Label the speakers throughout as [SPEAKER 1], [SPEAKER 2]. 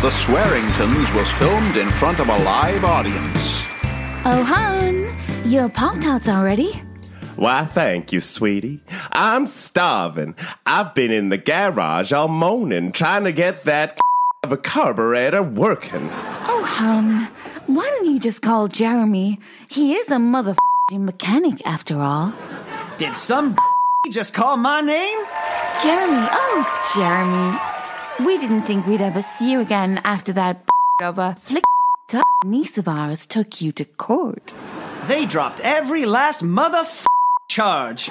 [SPEAKER 1] The Swearingtons was filmed in front of a live audience.
[SPEAKER 2] Oh, hon, your Pop-Tarts are ready?
[SPEAKER 3] Why, thank you, sweetie. I'm starving. I've been in the garage all morning trying to get that of a carburetor working.
[SPEAKER 2] Oh, hon, why don't you just call Jeremy? He is a motherfucking mechanic after all.
[SPEAKER 4] Did some just call my name?
[SPEAKER 2] Jeremy, oh, Jeremy. We didn't think we'd ever see you again after that of a flick up niece of ours took you to court.
[SPEAKER 4] They dropped every last mother charge.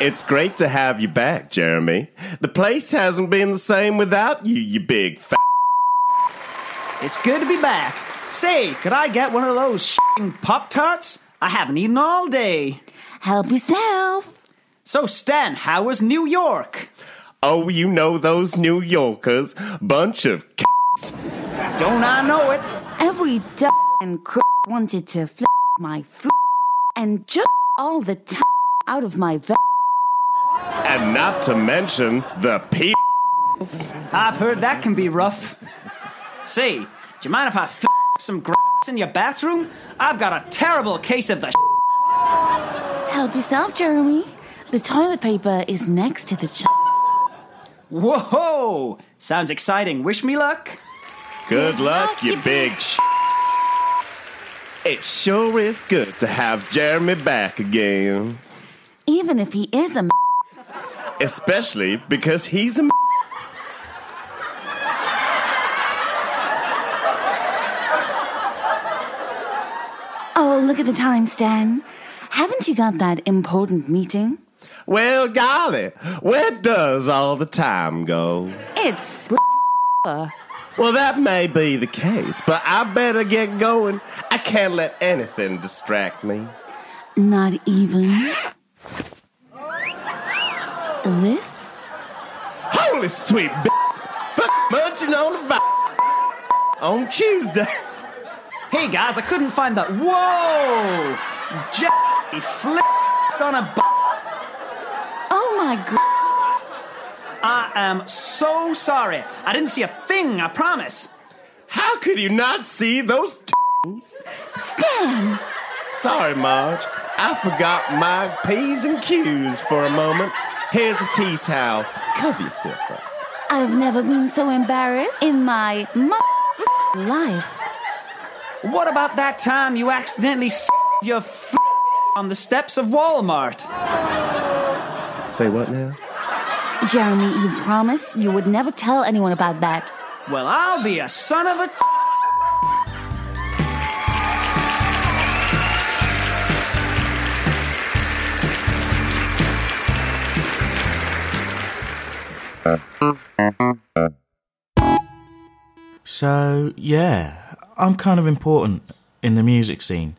[SPEAKER 3] It's great to have you back, Jeremy. The place hasn't been the same without you, you big fat.
[SPEAKER 4] It's good to be back. Say, could I get one of those Pop Tarts? I haven't eaten all day.
[SPEAKER 2] Help yourself.
[SPEAKER 4] So, Stan, how was New York?
[SPEAKER 3] Oh, you know those New Yorkers. Bunch of c-
[SPEAKER 4] Don't I know it?
[SPEAKER 2] Every d and cr wanted to flick my food and jerk all the time out of my v-
[SPEAKER 3] and not to mention the people.
[SPEAKER 4] I've heard that can be rough. Say, do you mind if I f- some grass in your bathroom? I've got a terrible case of the
[SPEAKER 2] Help yourself, Jeremy. The toilet paper is next to the ch-
[SPEAKER 4] Whoa! Sounds exciting. Wish me luck.
[SPEAKER 3] Good luck, you big sh. It sure is good to have Jeremy back again.
[SPEAKER 2] even if he is a m-
[SPEAKER 3] Especially because he's a. m-
[SPEAKER 2] Oh, look at the time, Stan. Haven't you got that important meeting?
[SPEAKER 3] Well, golly, where does all the time go?
[SPEAKER 2] It's
[SPEAKER 3] Well, that may be the case, but I better get going. I can't let anything distract me.
[SPEAKER 2] not even. This?
[SPEAKER 3] Holy sweet bitch! Fuck munching on the vi- On Tuesday.
[SPEAKER 4] Hey guys, I couldn't find that. Whoa! Jackie flipped on a. Bu-
[SPEAKER 2] Oh my god.
[SPEAKER 4] I am so sorry. I didn't see a thing. I promise.
[SPEAKER 3] How could you not see those t-
[SPEAKER 2] Stan!
[SPEAKER 3] Sorry, Marge. I forgot my P's and Q's for a moment. Here's a tea towel. Cover yourself up.
[SPEAKER 2] I've never been so embarrassed in my m- life.
[SPEAKER 4] What about that time you accidentally s- your f- on the steps of Walmart?
[SPEAKER 3] Say what now?
[SPEAKER 2] Jeremy, you promised you would never tell anyone about that.
[SPEAKER 4] Well, I'll be a son of a.
[SPEAKER 5] So, yeah, I'm kind of important in the music scene.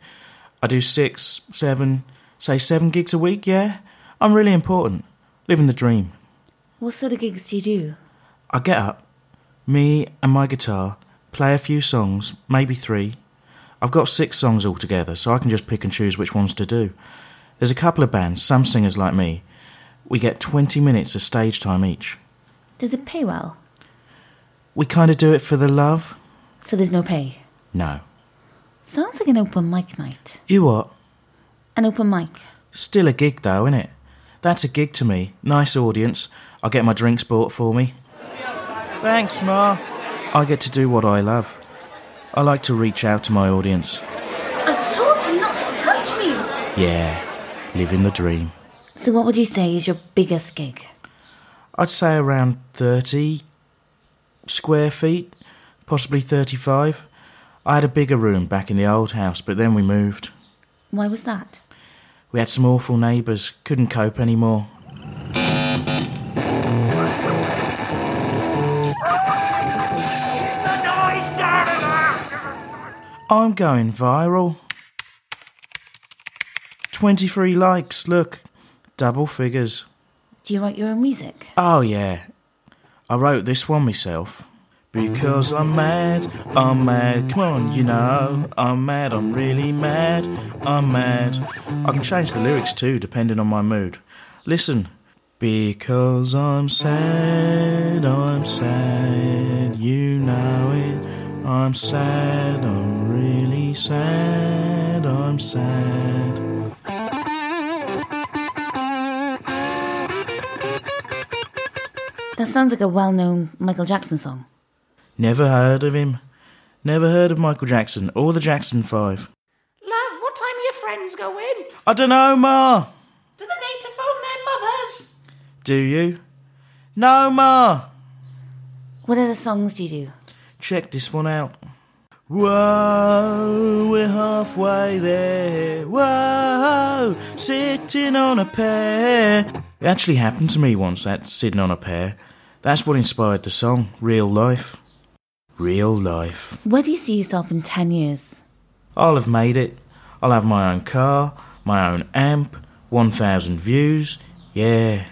[SPEAKER 5] I do six, seven, say seven gigs a week, yeah? I'm really important. Living the dream.
[SPEAKER 6] What sort of gigs do you do?
[SPEAKER 5] I get up, me and my guitar, play a few songs, maybe three. I've got six songs altogether, so I can just pick and choose which ones to do. There's a couple of bands, some singers like me. We get 20 minutes of stage time each.
[SPEAKER 6] Does it pay well?
[SPEAKER 5] We kind of do it for the love?
[SPEAKER 6] So there's no pay.
[SPEAKER 5] No.
[SPEAKER 6] Sounds like an open mic night.
[SPEAKER 5] You what?
[SPEAKER 6] An open mic.
[SPEAKER 5] Still a gig though, innit? That's a gig to me. Nice audience. I get my drinks bought for me. Thanks, Ma. I get to do what I love. I like to reach out to my audience.
[SPEAKER 2] I told you not to touch me!
[SPEAKER 5] Yeah, living the dream.
[SPEAKER 6] So what would you say is your biggest gig?
[SPEAKER 5] I'd say around 30 square feet, possibly 35. I had a bigger room back in the old house, but then we moved.
[SPEAKER 6] Why was that?
[SPEAKER 5] We had some awful neighbours, couldn't cope anymore. I'm going viral. 23 likes, look. Double figures.
[SPEAKER 6] Do you write your own music?
[SPEAKER 5] Oh, yeah. I wrote this one myself. Because I'm mad, I'm mad, come on, you know. I'm mad, I'm really mad, I'm mad. I can change the lyrics too, depending on my mood. Listen. Because I'm sad, I'm sad, you know it. I'm sad, I'm really sad, I'm sad.
[SPEAKER 7] That sounds like a well known Michael Jackson song.
[SPEAKER 5] Never heard of him. Never heard of Michael Jackson or the Jackson 5.
[SPEAKER 4] Love, what time do your friends go in?
[SPEAKER 5] I don't know, Ma!
[SPEAKER 4] Do they need to phone their mothers?
[SPEAKER 5] Do you? No, Ma!
[SPEAKER 7] What other songs do you do?
[SPEAKER 5] Check this one out. Whoa, we're halfway there. Whoa, sitting on a pear. It actually happened to me once, that sitting on a pear. That's what inspired the song, Real Life. Real life.
[SPEAKER 7] Where do you see yourself in 10 years?
[SPEAKER 5] I'll have made it. I'll have my own car, my own amp, 1,000 views. Yeah,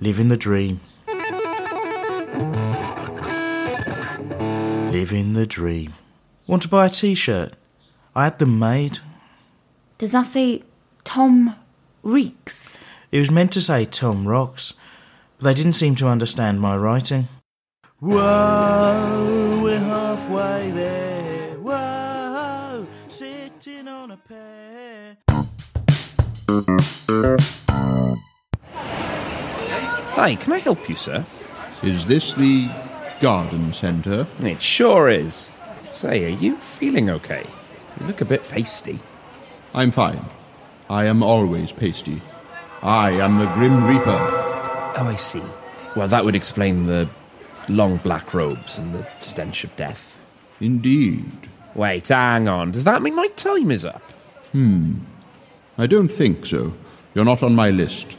[SPEAKER 5] living the dream. Living the dream. Want to buy a t shirt? I had them made.
[SPEAKER 7] Does that say Tom Reeks?
[SPEAKER 5] It was meant to say Tom Rocks, but they didn't seem to understand my writing. Whoa, we're halfway there. Whoa, sitting on a pear.
[SPEAKER 8] Hi, can I help you, sir?
[SPEAKER 1] Is this the garden centre?
[SPEAKER 8] It sure is. Say, are you feeling okay? You look a bit pasty.
[SPEAKER 1] I'm fine. I am always pasty. I am the Grim Reaper.
[SPEAKER 8] Oh, I see. Well, that would explain the long black robes and the stench of death.
[SPEAKER 1] Indeed.
[SPEAKER 8] Wait, hang on. Does that mean my time is up?
[SPEAKER 9] Hmm.
[SPEAKER 1] I don't think so. You're not on my list.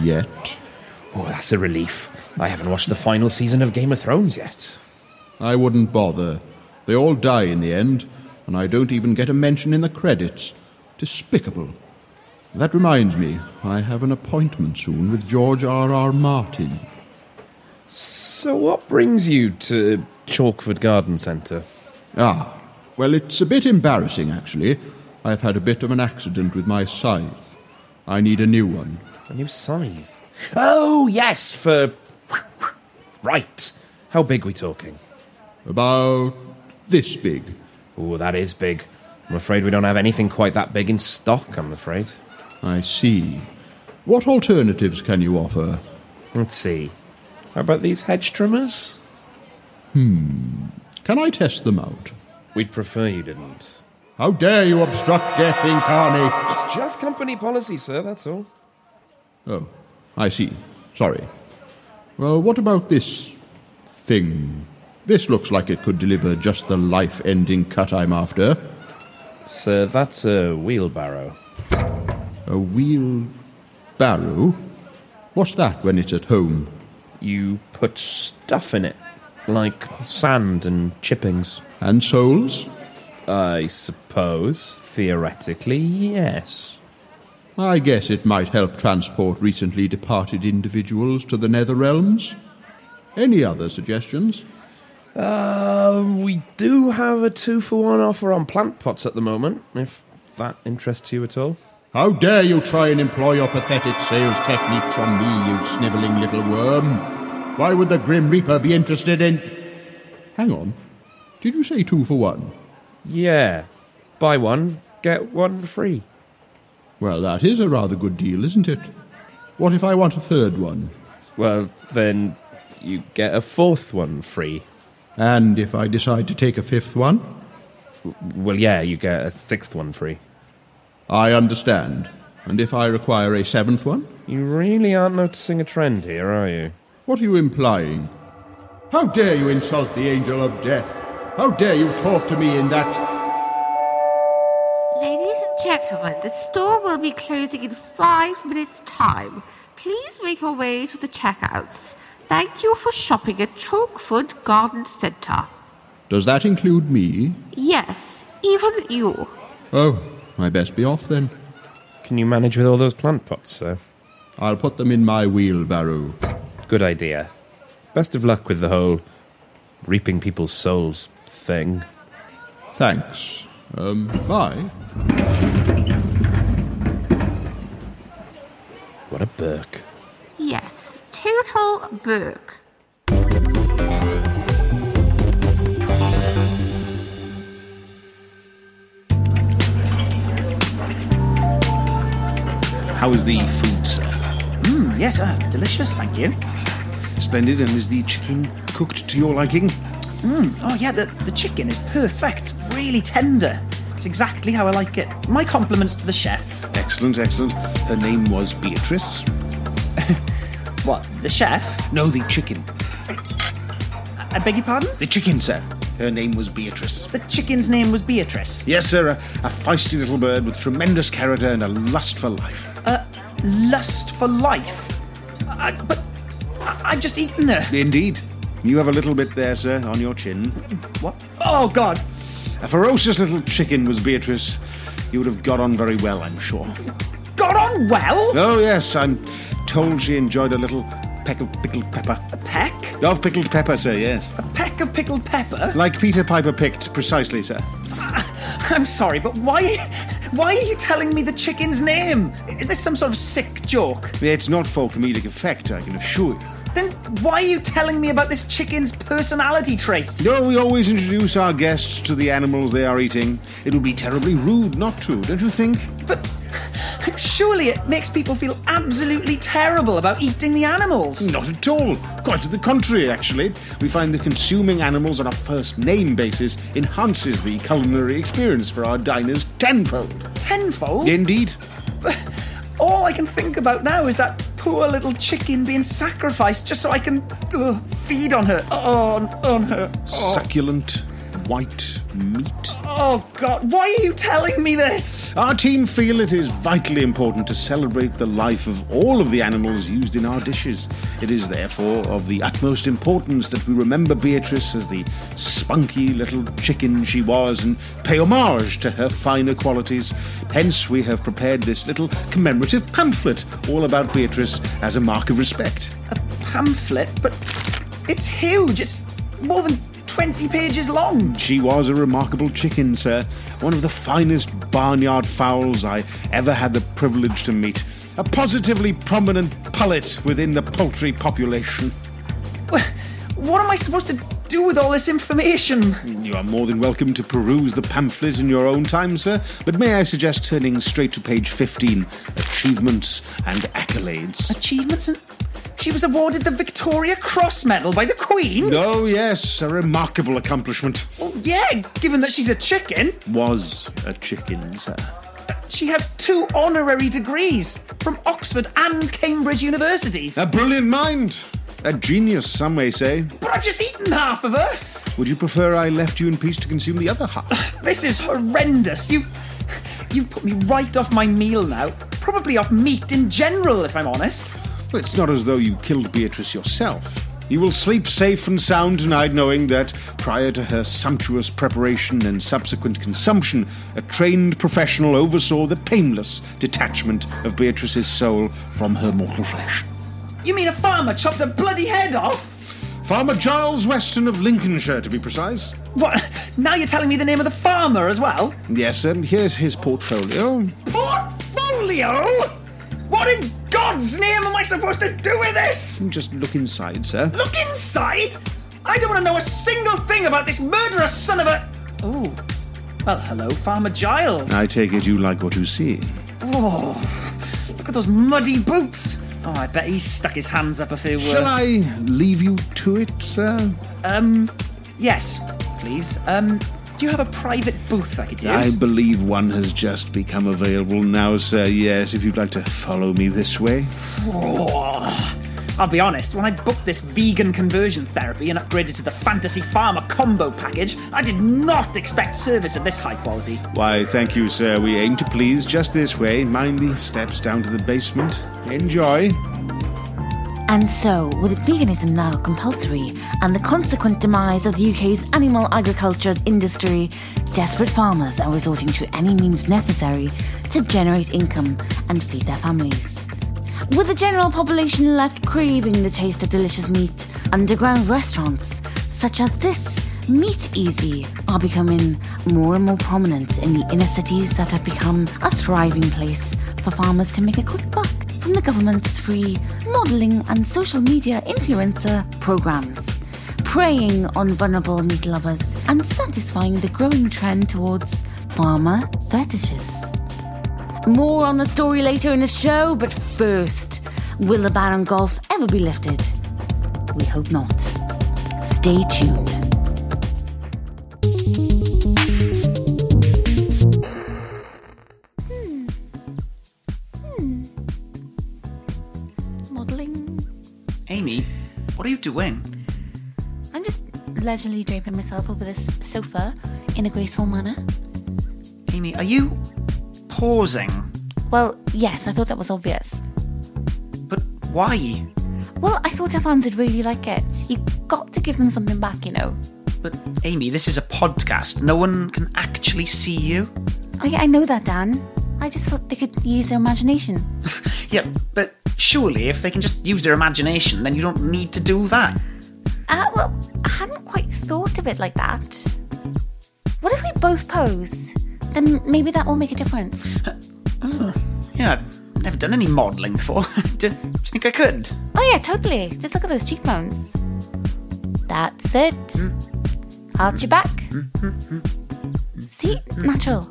[SPEAKER 1] Yet.
[SPEAKER 8] Oh, that's a relief. I haven't watched the final season of Game of Thrones yet.
[SPEAKER 1] I wouldn't bother. They all die in the end, and I don't even get a mention in the credits. Despicable. That reminds me, I have an appointment soon with George R. R. Martin.
[SPEAKER 8] So, what brings you to Chalkford Garden Centre?
[SPEAKER 1] Ah, well, it's a bit embarrassing, actually. I've had a bit of an accident with my scythe. I need a new one.
[SPEAKER 8] A new scythe. Oh, yes, for. Right. How big we talking?
[SPEAKER 1] About this big.
[SPEAKER 8] Oh, that is big. I'm afraid we don't have anything quite that big in stock, I'm afraid.
[SPEAKER 1] I see. What alternatives can you offer?
[SPEAKER 8] Let's see. How about these hedge trimmers?
[SPEAKER 1] Hmm. Can I test them out?
[SPEAKER 8] We'd prefer you didn't.
[SPEAKER 1] How dare you obstruct death incarnate?
[SPEAKER 8] It's just company policy, sir, that's all.
[SPEAKER 1] Oh, I see. Sorry. Well, what about this thing? This looks like it could deliver just the life ending cut I'm after.
[SPEAKER 8] Sir, that's a wheelbarrow.
[SPEAKER 1] A wheelbarrow? What's that when it's at home?
[SPEAKER 8] You put stuff in it, like sand and chippings.
[SPEAKER 1] And souls?
[SPEAKER 8] I suppose, theoretically, yes.
[SPEAKER 1] I guess it might help transport recently departed individuals to the nether realms. Any other suggestions?
[SPEAKER 8] Um, we do have a two for one offer on plant pots at the moment, if that interests you at all.
[SPEAKER 1] How dare you try and employ your pathetic sales techniques on me, you snivelling little worm? Why would the Grim Reaper be interested in. Hang on. Did you say two for one?
[SPEAKER 8] Yeah. Buy one, get one free.
[SPEAKER 1] Well, that is a rather good deal, isn't it? What if I want a third one?
[SPEAKER 8] Well, then you get a fourth one free.
[SPEAKER 1] And if I decide to take a fifth one?
[SPEAKER 8] Well, yeah, you get a sixth one free.
[SPEAKER 1] I understand. And if I require a seventh one?
[SPEAKER 8] You really aren't noticing a trend here, are you?
[SPEAKER 1] What are you implying? How dare you insult the angel of death? How dare you talk to me in that.
[SPEAKER 2] Ladies and gentlemen, the store will be closing in five minutes' time. Please make your way to the checkouts. Thank you for shopping at Chalkford Garden Centre.
[SPEAKER 1] Does that include me?
[SPEAKER 2] Yes, even you.
[SPEAKER 1] Oh, I best be off then.
[SPEAKER 8] Can you manage with all those plant pots, sir?
[SPEAKER 1] I'll put them in my wheelbarrow.
[SPEAKER 8] Good idea. Best of luck with the whole reaping people's souls thing.
[SPEAKER 1] Thanks. Um, bye.
[SPEAKER 8] What a Burke.
[SPEAKER 2] Yes, total Burke.
[SPEAKER 10] the food, sir.
[SPEAKER 4] Mmm, yes, uh, delicious, thank you.
[SPEAKER 10] Splendid. And is the chicken cooked to your liking?
[SPEAKER 4] Mmm, oh yeah, the, the chicken is perfect, really tender. It's exactly how I like it. My compliments to the chef.
[SPEAKER 10] Excellent, excellent. Her name was Beatrice.
[SPEAKER 4] what, the chef?
[SPEAKER 10] No, the chicken.
[SPEAKER 4] I beg your pardon?
[SPEAKER 10] The chicken, sir. Her name was Beatrice.
[SPEAKER 4] The chicken's name was Beatrice.
[SPEAKER 10] Yes, sir, a, a feisty little bird with tremendous character and a lust for life.
[SPEAKER 4] Uh, lust for life? I, but I, I've just eaten her.
[SPEAKER 10] Indeed. You have a little bit there, sir, on your chin.
[SPEAKER 4] What? Oh, God!
[SPEAKER 10] A ferocious little chicken was Beatrice. You would have got on very well, I'm sure.
[SPEAKER 4] Got on well?
[SPEAKER 10] Oh, yes, I'm told she enjoyed a little peck of pickled pepper.
[SPEAKER 4] A peck?
[SPEAKER 10] Of pickled pepper, sir, yes.
[SPEAKER 4] A peck of pickled pepper?
[SPEAKER 10] Like Peter Piper picked, precisely, sir.
[SPEAKER 4] I'm sorry, but why why are you telling me the chicken's name? Is this some sort of sick joke?
[SPEAKER 10] It's not for comedic effect, I can assure you.
[SPEAKER 4] Then why are you telling me about this chicken's personality traits?
[SPEAKER 10] No, we always introduce our guests to the animals they are eating. It would be terribly rude not to, don't you think?
[SPEAKER 4] But surely it makes people feel absolutely terrible about eating the animals.
[SPEAKER 10] Not at all. Quite the contrary, actually. We find that consuming animals on a first name basis enhances the culinary experience for our diners tenfold.
[SPEAKER 4] Tenfold?
[SPEAKER 10] Indeed.
[SPEAKER 4] All I can think about now is that poor little chicken being sacrificed just so I can uh, feed on her. On, on her. Oh.
[SPEAKER 10] Succulent white meat.
[SPEAKER 4] Oh, God, why are you telling me this?
[SPEAKER 10] Our team feel it is vitally important to celebrate the life of all of the animals used in our dishes. It is therefore of the utmost importance that we remember Beatrice as the spunky little chicken she was and pay homage to her finer qualities. Hence, we have prepared this little commemorative pamphlet all about Beatrice as a mark of respect.
[SPEAKER 4] A pamphlet? But it's huge. It's more than 20 pages long.
[SPEAKER 10] She was a remarkable chicken, sir. One of the finest barnyard fowls I ever had the privilege to meet. A positively prominent pullet within the poultry population.
[SPEAKER 4] What am I supposed to do with all this information?
[SPEAKER 10] You are more than welcome to peruse the pamphlet in your own time, sir, but may I suggest turning straight to page 15 Achievements and Accolades.
[SPEAKER 4] Achievements and she was awarded the Victoria Cross Medal by the Queen.
[SPEAKER 10] Oh, yes, a remarkable accomplishment.
[SPEAKER 4] Well, yeah, given that Oh, she's a chicken.
[SPEAKER 10] Was a chicken, sir.
[SPEAKER 4] She has two honorary degrees from Oxford and Cambridge universities.
[SPEAKER 10] A brilliant mind. A genius, some may say.
[SPEAKER 4] But I've just eaten half of her.
[SPEAKER 10] Would you prefer I left you in peace to consume the other half?
[SPEAKER 4] This is horrendous. You. You've put me right off my meal now. Probably off meat in general, if I'm honest.
[SPEAKER 10] It's not as though you killed Beatrice yourself. You will sleep safe and sound tonight knowing that, prior to her sumptuous preparation and subsequent consumption, a trained professional oversaw the painless detachment of Beatrice's soul from her mortal flesh.
[SPEAKER 4] You mean a farmer chopped a bloody head off?
[SPEAKER 10] Farmer Giles Weston of Lincolnshire, to be precise.
[SPEAKER 4] What? Now you're telling me the name of the farmer as well?
[SPEAKER 10] Yes, and here's his portfolio.
[SPEAKER 4] Portfolio? What in God's name am I supposed to do with this?
[SPEAKER 10] Just look inside, sir.
[SPEAKER 4] Look inside? I don't want to know a single thing about this murderous son of a. Oh. Well, hello, Farmer Giles.
[SPEAKER 10] I take it you like what you see.
[SPEAKER 4] Oh, look at those muddy boots. Oh, I bet he stuck his hands up if they were.
[SPEAKER 10] Shall I leave you to it, sir?
[SPEAKER 4] Um, yes, please. Um, do you have a private booth I could use?
[SPEAKER 10] I believe one has just become available now, sir. Yes, if you'd like to follow me this way.
[SPEAKER 4] Oh, I'll be honest, when I booked this vegan conversion therapy and upgraded to the Fantasy Farmer combo package, I did not expect service of this high quality.
[SPEAKER 10] Why, thank you, sir. We aim to please just this way. Mind the steps down to the basement. Enjoy.
[SPEAKER 2] And so, with veganism now compulsory and the consequent demise of the UK's animal agriculture industry, desperate farmers are resorting to any means necessary to generate income and feed their families. With the general population left craving the taste of delicious meat, underground restaurants such as this, Meat Easy, are becoming more and more prominent in the inner cities that have become a thriving place for farmers to make a quick buck from the government's free modelling and social media influencer programs, preying on vulnerable meat lovers and satisfying the growing trend towards farmer fetishes.
[SPEAKER 11] More on the story later in the show, but first, will the ban on golf ever be lifted? We hope not. Stay tuned.
[SPEAKER 2] Modelling.
[SPEAKER 4] Amy, what are you doing?
[SPEAKER 2] I'm just leisurely draping myself over this sofa in a graceful manner.
[SPEAKER 4] Amy, are you pausing?
[SPEAKER 2] Well, yes, I thought that was obvious.
[SPEAKER 4] Why?
[SPEAKER 2] Well, I thought our fans would really like it. You got to give them something back, you know.
[SPEAKER 4] Amy, this is a podcast. No one can actually see you.
[SPEAKER 2] Oh, I, I know that, Dan. I just thought they could use their imagination.
[SPEAKER 4] Yeah, but surely if they can just use their imagination, then you don't need to do that.
[SPEAKER 2] Ah, well, I hadn't quite thought of it like that. What if we both pose? Then maybe that will make a difference.
[SPEAKER 4] Uh, Yeah, I've never done any modelling before. do, do you think I could?
[SPEAKER 2] Oh, yeah, totally. Just look at those cheekbones. That's it. Arch your back. See? Natural.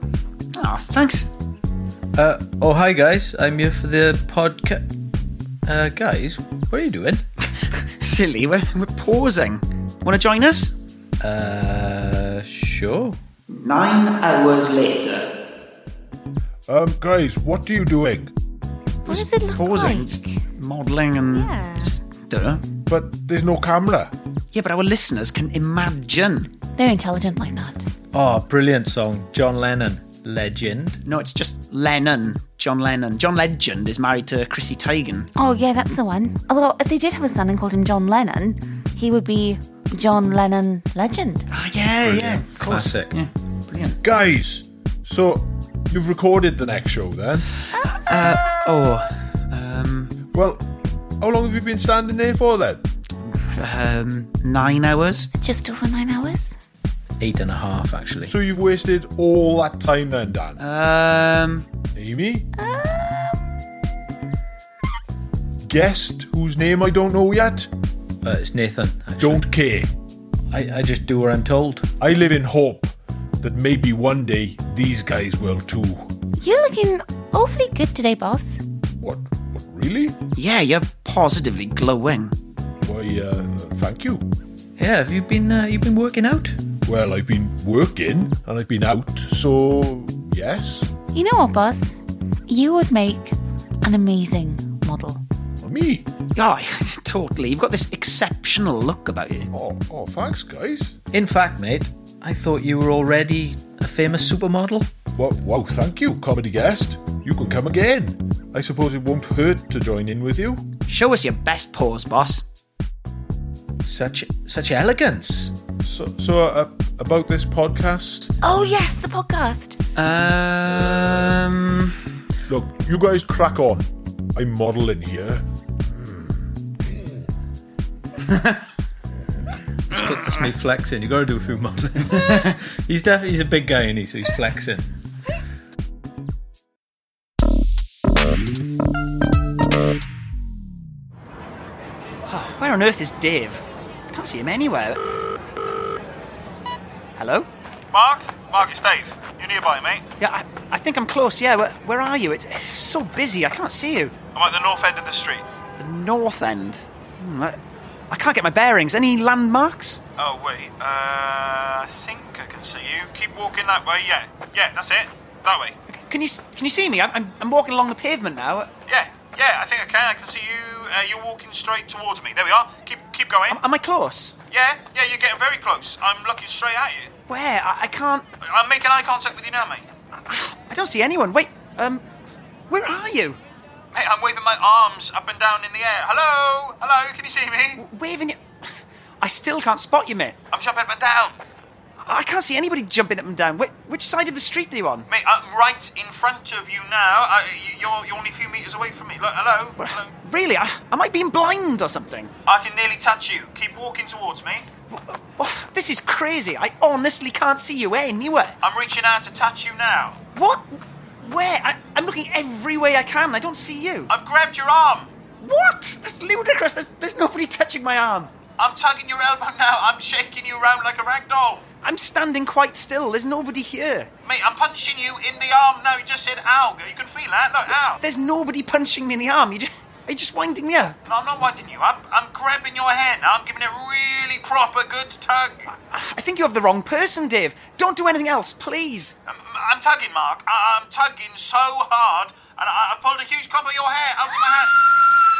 [SPEAKER 4] Ah, thanks.
[SPEAKER 12] Uh, oh, hi guys. I'm here for the podcast. Uh, guys, what are you doing?
[SPEAKER 4] Silly, we're, we're pausing. Want to join us?
[SPEAKER 12] Uh, sure.
[SPEAKER 4] Nine hours later.
[SPEAKER 1] Um, guys, what are you doing?
[SPEAKER 2] What does it look
[SPEAKER 4] pausing, modelling and just duh.
[SPEAKER 1] But there's no camera.
[SPEAKER 4] Yeah, but our listeners can imagine.
[SPEAKER 2] They're intelligent like that.
[SPEAKER 12] Oh, brilliant song. John Lennon. Legend.
[SPEAKER 4] No, it's just Lennon. John Lennon. John Legend is married to Chrissy Teigen.
[SPEAKER 2] Oh, yeah, that's the one. Although, if they did have a son and called him John Lennon, he would be John Lennon Legend.
[SPEAKER 4] Ah, yeah, yeah.
[SPEAKER 12] Classic.
[SPEAKER 1] Guys, so you've recorded the next show then?
[SPEAKER 4] Uh, oh. Um,
[SPEAKER 1] well, how long have you been standing there for then?
[SPEAKER 4] Um, nine hours?
[SPEAKER 2] Just over nine hours?
[SPEAKER 12] Eight and a half, actually.
[SPEAKER 1] So you've wasted all that time then, Dan?
[SPEAKER 4] Um.
[SPEAKER 1] Amy? Guest whose name I don't know yet?
[SPEAKER 12] Uh, it's Nathan. Actually.
[SPEAKER 1] Don't care.
[SPEAKER 12] I, I just do what I'm told.
[SPEAKER 1] I live in hope that maybe one day these guys will too.
[SPEAKER 2] You're looking awfully good today, boss.
[SPEAKER 1] Really?
[SPEAKER 4] Yeah, you're positively glowing.
[SPEAKER 1] Why, uh, thank you.
[SPEAKER 12] Yeah, have you been uh, you've been working out?
[SPEAKER 1] Well, I've been working and I've been out, so yes.
[SPEAKER 2] You know what, boss? You would make an amazing model.
[SPEAKER 1] Me?
[SPEAKER 4] Oh, totally. You've got this exceptional look about you.
[SPEAKER 1] Oh, oh thanks, guys.
[SPEAKER 12] In fact, mate, I thought you were already a famous supermodel.
[SPEAKER 1] Wow, wow, thank you, comedy guest. You can come again. I suppose it won't hurt to join in with you.
[SPEAKER 4] Show us your best pose, boss.
[SPEAKER 12] Such such elegance.
[SPEAKER 1] So, so uh, about this podcast,
[SPEAKER 2] Oh, yes, the podcast.
[SPEAKER 4] Um.
[SPEAKER 1] Look, you guys crack on. I'm modelling here.
[SPEAKER 12] That's, fl- that's me flexing. You got to do a few modeling. he's definitely he's a big guy, and he so he's flexing.
[SPEAKER 4] Oh, where on earth is Dave? Can't see him anywhere. Hello?
[SPEAKER 13] Mark? Mark, it's Dave. You're nearby, mate.
[SPEAKER 4] Yeah, I, I think I'm close. Yeah, where, where are you? It's, it's so busy. I can't see you.
[SPEAKER 13] I'm at the north end of the street.
[SPEAKER 4] The north end. Hmm, I, I can't get my bearings. Any landmarks?
[SPEAKER 13] Oh, wait. Uh, I think I can see you. Keep walking that way. Yeah. Yeah, that's it. That way.
[SPEAKER 4] Can you s- can you see me? I'm, I'm, I'm walking along the pavement now.
[SPEAKER 13] Yeah. Yeah, I think I can. I can see you. Uh, you're walking straight towards me. There we are. Keep keep going.
[SPEAKER 4] Am I close?
[SPEAKER 13] Yeah. Yeah, you're getting very close. I'm looking straight at you.
[SPEAKER 4] Where? I, I can't.
[SPEAKER 13] I'm making eye contact with you now, mate.
[SPEAKER 4] I don't see anyone. Wait. Um, where are you?
[SPEAKER 13] Mate, I'm waving my arms up and down in the air. Hello? Hello? Can you see me?
[SPEAKER 4] Waving your. I still can't spot you, mate.
[SPEAKER 13] I'm jumping up and down.
[SPEAKER 4] I can't see anybody jumping up and down. Wh- which side of the street are you on?
[SPEAKER 13] Mate, I'm right in front of you now. I, y- you're, you're only a few metres away from me. Look, hello? Hello?
[SPEAKER 4] Really? I, am I being blind or something?
[SPEAKER 13] I can nearly touch you. Keep walking towards me.
[SPEAKER 4] This is crazy. I honestly can't see you anywhere.
[SPEAKER 13] I'm reaching out to touch you now.
[SPEAKER 4] What? Where? I, I'm looking every way I can. I don't see you.
[SPEAKER 13] I've grabbed your arm.
[SPEAKER 4] What? That's ludicrous. There's, there's nobody touching my arm.
[SPEAKER 13] I'm tugging your elbow now. I'm shaking you round like a rag doll.
[SPEAKER 4] I'm standing quite still. There's nobody here.
[SPEAKER 13] Mate, I'm punching you in the arm now. You just said ow. You can feel that. Look, ow.
[SPEAKER 4] There's nobody punching me in the arm. You just, are you just winding me up?
[SPEAKER 13] No, I'm not winding you up. I'm grabbing your hand. I'm giving it a really proper good tug.
[SPEAKER 4] I think you have the wrong person, Dave. Don't do anything else, please.
[SPEAKER 13] I'm, I'm tugging, Mark. I, I'm tugging so hard, and I, I pulled a huge clump of your hair out of my hand.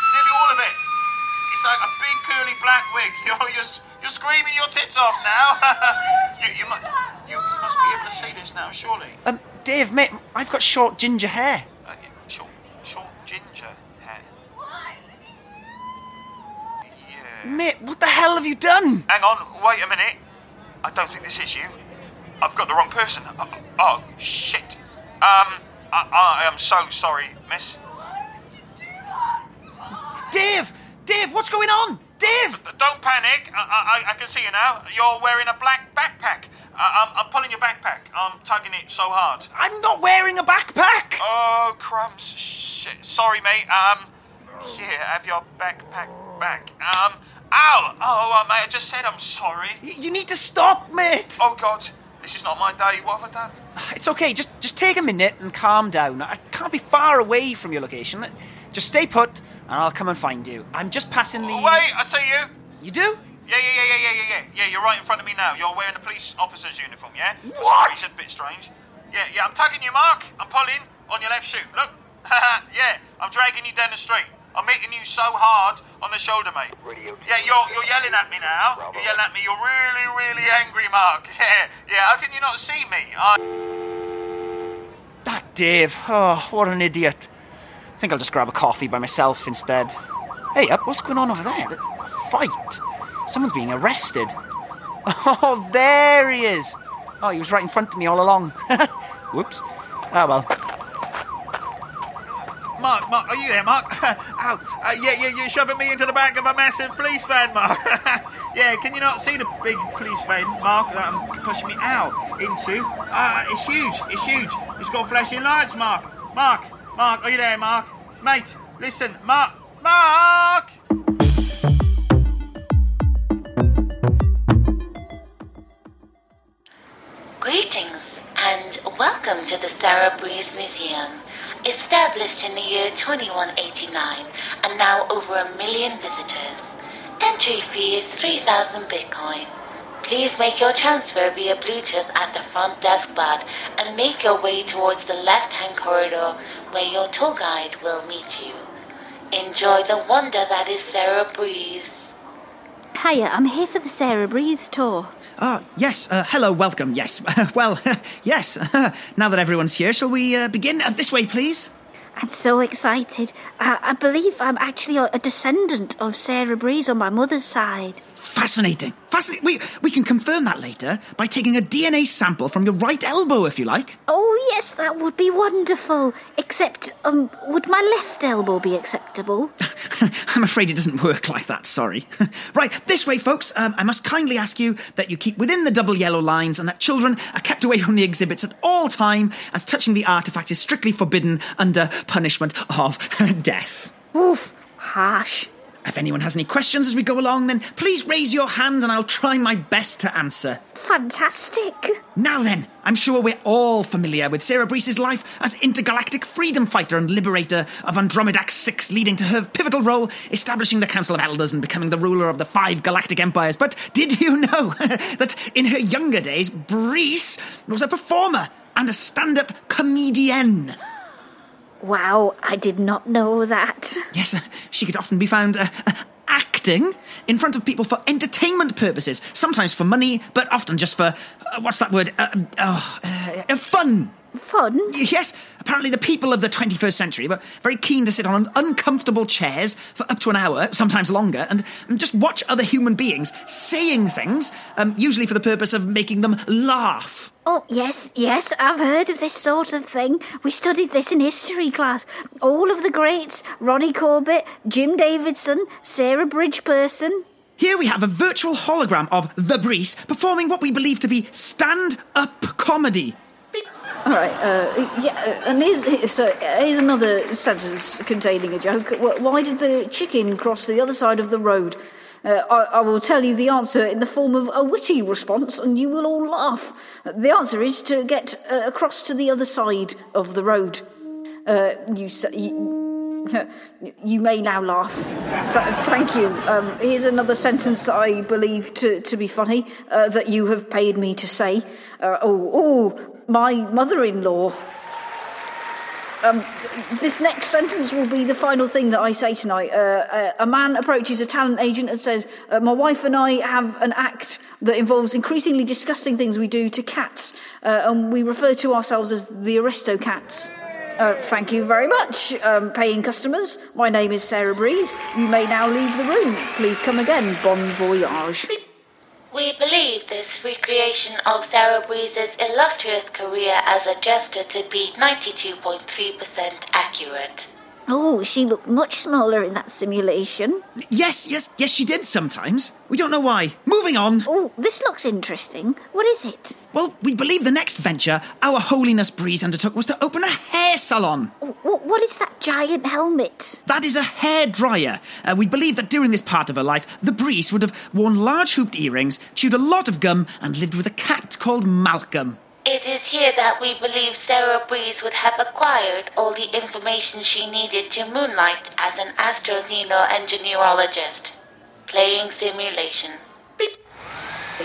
[SPEAKER 13] Nearly all of it. It's like a big curly black wig. You're you're, s- you're screaming your tits off now. you, you, mu- you you must be able to see this now, surely.
[SPEAKER 4] Um, Dave, mate, I've got short ginger hair.
[SPEAKER 13] Uh, yeah, short, short ginger hair.
[SPEAKER 4] Mate, what the hell have you done?
[SPEAKER 13] Hang on, wait a minute. I don't think this is you. I've got the wrong person. Oh, oh, shit. Um, I, I am so sorry, miss.
[SPEAKER 4] Dave! Dave, what's going on? Dave!
[SPEAKER 13] Don't panic. I, I, I can see you now. You're wearing a black backpack. I, I'm, I'm pulling your backpack. I'm tugging it so hard. Ah,
[SPEAKER 4] I'm not wearing a backpack!
[SPEAKER 13] Oh, crumbs. Shit. Sorry, mate. Um, here, have your backpack back. Um, ow! Oh, uh, mate, I just said I'm sorry.
[SPEAKER 4] you need to stop, mate!
[SPEAKER 13] Oh, God. This is not my day. What have I done?
[SPEAKER 4] It's okay, just just take a minute and calm down. I can't be far away from your location. Just stay put and I'll come and find you. I'm just passing the
[SPEAKER 13] Oh, Wait, I see you.
[SPEAKER 4] You do?
[SPEAKER 13] Yeah, yeah, yeah, yeah, yeah, yeah, yeah. Yeah, you're right in front of me now. You're wearing a police officer's uniform, yeah?
[SPEAKER 4] What?
[SPEAKER 13] Sorry, it's a bit strange. Yeah, yeah, I'm tugging you, Mark. I'm pulling on your left shoe. Look. yeah, I'm dragging you down the street. I'm hitting you so hard on the shoulder, mate. Yeah, you're, you're yelling at me now. You're yelling at me. You're really, really angry, Mark. Yeah, yeah, how can you not see me? I...
[SPEAKER 4] That Dave. Oh, what an idiot. I think I'll just grab a coffee by myself instead. Hey, up, what's going on over there? A fight. Someone's being arrested. Oh, there he is. Oh, he was right in front of me all along. Whoops. Oh, well.
[SPEAKER 14] Mark, Mark, are you there, Mark? Ow. Uh, yeah, yeah, you're shoving me into the back of a massive police van, Mark. yeah, can you not see the big police van, Mark, that I'm pushing me out into? Uh, it's huge, it's huge. It's got flashing lights, Mark. Mark, Mark, are you there, Mark? Mate, listen, Mark, Mark!
[SPEAKER 2] Greetings and welcome to the Sarah Breeze Museum. Established in the year 2189 and now over a million visitors. Entry fee is 3000 Bitcoin. Please make your transfer via Bluetooth at the front desk bot and make your way towards the left hand corridor where your tour guide will meet you. Enjoy the wonder that is Sarah Breeze.
[SPEAKER 15] Hiya, I'm here for the Sarah Breeze tour.
[SPEAKER 4] Ah, yes. Uh, hello, welcome. Yes. well, yes. now that everyone's here, shall we uh, begin? Uh, this way, please.
[SPEAKER 15] I'm so excited. I, I believe I'm actually a, a descendant of Sarah Breeze on my mother's side.
[SPEAKER 4] Fascinating. Fascinating. We, we can confirm that later by taking a DNA sample from your right elbow, if you like.
[SPEAKER 15] Oh, yes, that would be wonderful. Except, um, would my left elbow be acceptable?
[SPEAKER 4] I'm afraid it doesn't work like that, sorry. right, this way, folks. Um, I must kindly ask you that you keep within the double yellow lines and that children are kept away from the exhibits at all time, as touching the artifact is strictly forbidden under punishment of death.
[SPEAKER 15] Oof, harsh.
[SPEAKER 4] If anyone has any questions as we go along, then please raise your hand and I'll try my best to answer.
[SPEAKER 15] Fantastic.
[SPEAKER 4] Now then, I'm sure we're all familiar with Sarah Brees' life as intergalactic freedom fighter and liberator of Andromedax 6, leading to her pivotal role establishing the Council of Elders and becoming the ruler of the five galactic empires. But did you know that in her younger days, Brees was a performer and a stand up comedienne?
[SPEAKER 15] Wow, I did not know that.
[SPEAKER 4] Yes, uh, she could often be found uh, uh, acting in front of people for entertainment purposes, sometimes for money, but often just for uh, what's that word? Uh, um, oh, uh, uh, fun.
[SPEAKER 15] Fun?
[SPEAKER 4] Y- Yes, apparently the people of the 21st century were very keen to sit on uncomfortable chairs for up to an hour, sometimes longer, and and just watch other human beings saying things, um, usually for the purpose of making them laugh.
[SPEAKER 15] Oh, yes, yes, I've heard of this sort of thing. We studied this in history class. All of the greats Ronnie Corbett, Jim Davidson, Sarah Bridgeperson.
[SPEAKER 4] Here we have a virtual hologram of The Breeze performing what we believe to be stand up comedy.
[SPEAKER 16] All right. Uh, yeah, uh, and here's here's- so uh, here's another sentence containing a joke. Wh- Why did the chicken cross the other side of the road?
[SPEAKER 15] Uh, I, I will tell you the answer in the form of a witty response, and you will all laugh. The answer is to get uh, across to the other side of the road. Uh, you, s- you, you may now laugh. Th- thank you. Um, here's another sentence that I believe to, to be funny uh, that you have paid me to say. Uh, oh, oh, my mother in law. Um, th- this next sentence will be the final thing that I say tonight. Uh, uh, a man approaches a talent agent and says, uh, My wife and I have an act that involves increasingly disgusting things we do to cats, uh, and we refer to ourselves as the Aristocats. Uh, thank you very much, um, paying customers. My name is Sarah Breeze. You may now leave the room. Please come again. Bon voyage.
[SPEAKER 17] We believe this recreation of Sarah Breeze's illustrious career as a jester to be 92.3% accurate.
[SPEAKER 15] Oh, she looked much smaller in that simulation.
[SPEAKER 4] Yes, yes, yes, she did sometimes. We don't know Oh, why. Moving on.
[SPEAKER 15] Oh, this looks interesting. What is it?
[SPEAKER 4] Well, we believe the next venture our holiness Breeze undertook was to open a hair salon.
[SPEAKER 15] What, Oh, what is that giant helmet?
[SPEAKER 4] That is a hair dryer. Uh, we believe that during this part of her life, the Breeze would have worn large hooped earrings, chewed a lot of gum, and lived with a cat called Malcolm.
[SPEAKER 17] It is here that we believe Sarah Breeze would have acquired all the information she needed to moonlight as an astroxenoengineerologist. Playing simulation.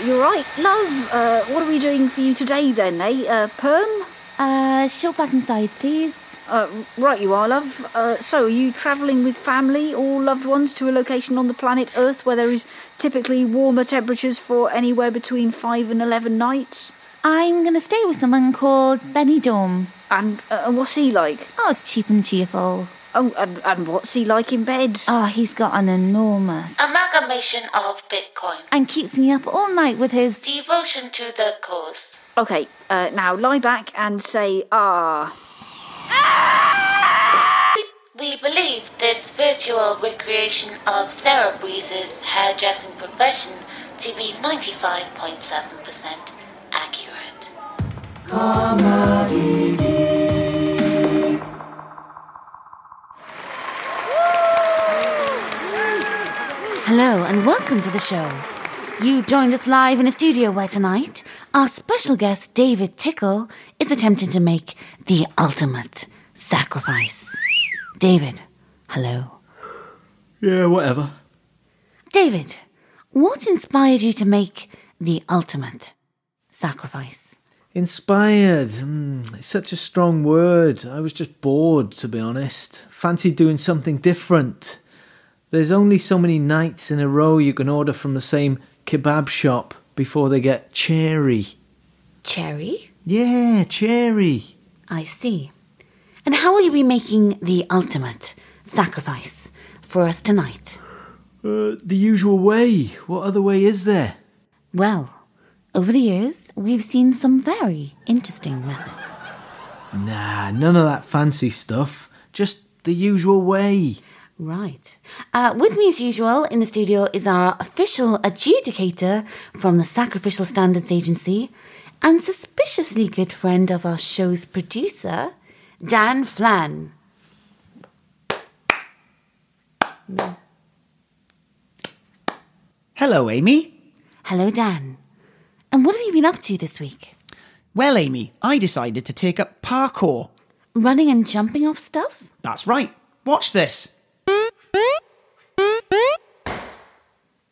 [SPEAKER 15] You're right, love. Uh, what are we doing for you today then, eh? Uh, perm? Uh, show back inside, please. Uh, right, you are, love. Uh, so, are you travelling with family or loved ones to a location on the planet Earth where there is typically warmer temperatures for anywhere between 5 and 11 nights?
[SPEAKER 2] I'm going to stay with someone called Benny Dome.
[SPEAKER 15] And uh, what's he like?
[SPEAKER 2] Oh, cheap and cheerful.
[SPEAKER 15] Oh, and, and what's he like in bed?
[SPEAKER 2] Oh, he's got an enormous.
[SPEAKER 17] Amalgamation of Bitcoin.
[SPEAKER 2] And keeps me up all night with his.
[SPEAKER 17] Devotion to the cause.
[SPEAKER 15] Okay, uh, now lie back and say, ah.
[SPEAKER 17] We believe this virtual recreation of Sarah Breeze's hairdressing profession to be 95.7% accurate.
[SPEAKER 2] Hello and welcome to the show. You joined us live in a studio where tonight our special guest David Tickle is attempting to make the ultimate sacrifice. David, hello.
[SPEAKER 12] Yeah, whatever.
[SPEAKER 2] David, what inspired you to make the ultimate sacrifice?
[SPEAKER 12] Inspired. Mm, it's such a strong word. I was just bored, to be honest. Fancied doing something different. There's only so many nights in a row you can order from the same kebab shop before they get cherry.
[SPEAKER 2] Cherry?
[SPEAKER 12] Yeah, cherry.
[SPEAKER 2] I see. And how will you be making the ultimate sacrifice for us tonight?
[SPEAKER 12] Uh, the usual way. What other way is there?
[SPEAKER 2] Well, over the years, we've seen some very interesting methods.
[SPEAKER 12] Nah, none of that fancy stuff. Just the usual way.
[SPEAKER 2] Right. Uh, with me, as usual, in the studio is our official adjudicator from the Sacrificial Standards Agency and suspiciously good friend of our show's producer, Dan Flan.
[SPEAKER 4] Hello, Amy.
[SPEAKER 2] Hello, Dan. And what have you been up to this week?
[SPEAKER 4] Well, Amy, I decided to take up parkour.
[SPEAKER 2] Running and jumping off stuff?
[SPEAKER 4] That's right. Watch this.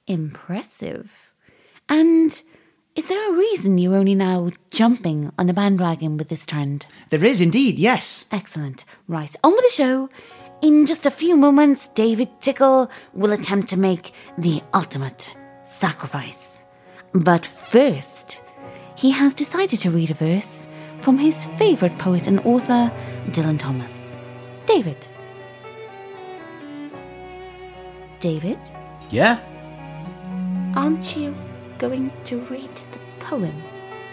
[SPEAKER 2] Impressive. And is there a reason you're only now jumping on the bandwagon with this trend?
[SPEAKER 4] There is indeed, yes.
[SPEAKER 2] Excellent. Right, on with the show. In just a few moments, David Tickle will attempt to make the ultimate sacrifice. But first, he has decided to read a verse from his favourite poet and author, Dylan Thomas. David. David,
[SPEAKER 12] Yeah?
[SPEAKER 2] aren't you going to read the poem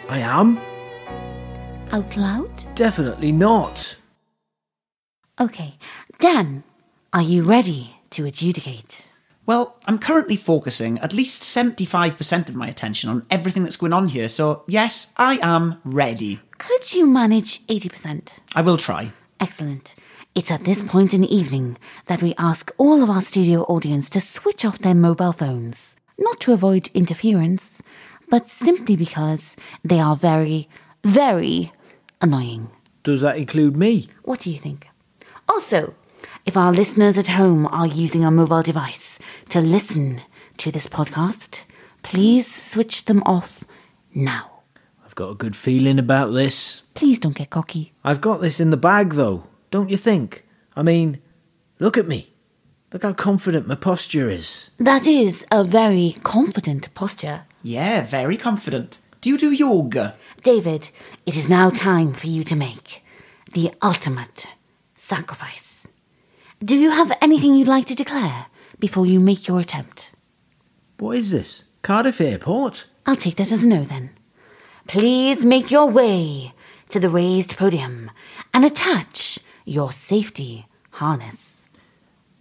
[SPEAKER 12] I am?
[SPEAKER 2] out loud?
[SPEAKER 12] Definitely not.
[SPEAKER 2] Okay. Dan, are you ready to adjudicate?
[SPEAKER 4] Well, I'm currently focusing at least 75% of my attention on everything that's going on here, so yes, I am ready.
[SPEAKER 2] Could you manage 80%?
[SPEAKER 4] I will try.
[SPEAKER 2] Excellent. It's at this point in the evening that we ask all of our studio audience to switch off their mobile phones, not to avoid interference, but simply because they are very, very annoying.
[SPEAKER 12] Does that include me?
[SPEAKER 2] What do you think? Also, if our listeners at home are using a mobile device to listen to this podcast, please switch them off now.
[SPEAKER 12] I've got a good feeling about this.
[SPEAKER 2] Please don't get cocky.
[SPEAKER 12] I've got this in the bag, though, don't you think? I mean, look at me. Look how confident my posture is.
[SPEAKER 2] That is a very confident posture.
[SPEAKER 18] Yeah, very confident. Do you do yoga?
[SPEAKER 2] David, it is now time for you to make the ultimate sacrifice. Do you have anything you'd like to declare before you make your attempt?
[SPEAKER 12] What is this? Cardiff Airport?
[SPEAKER 2] I'll take that as a no then. Please make your way to the raised podium and attach your safety harness.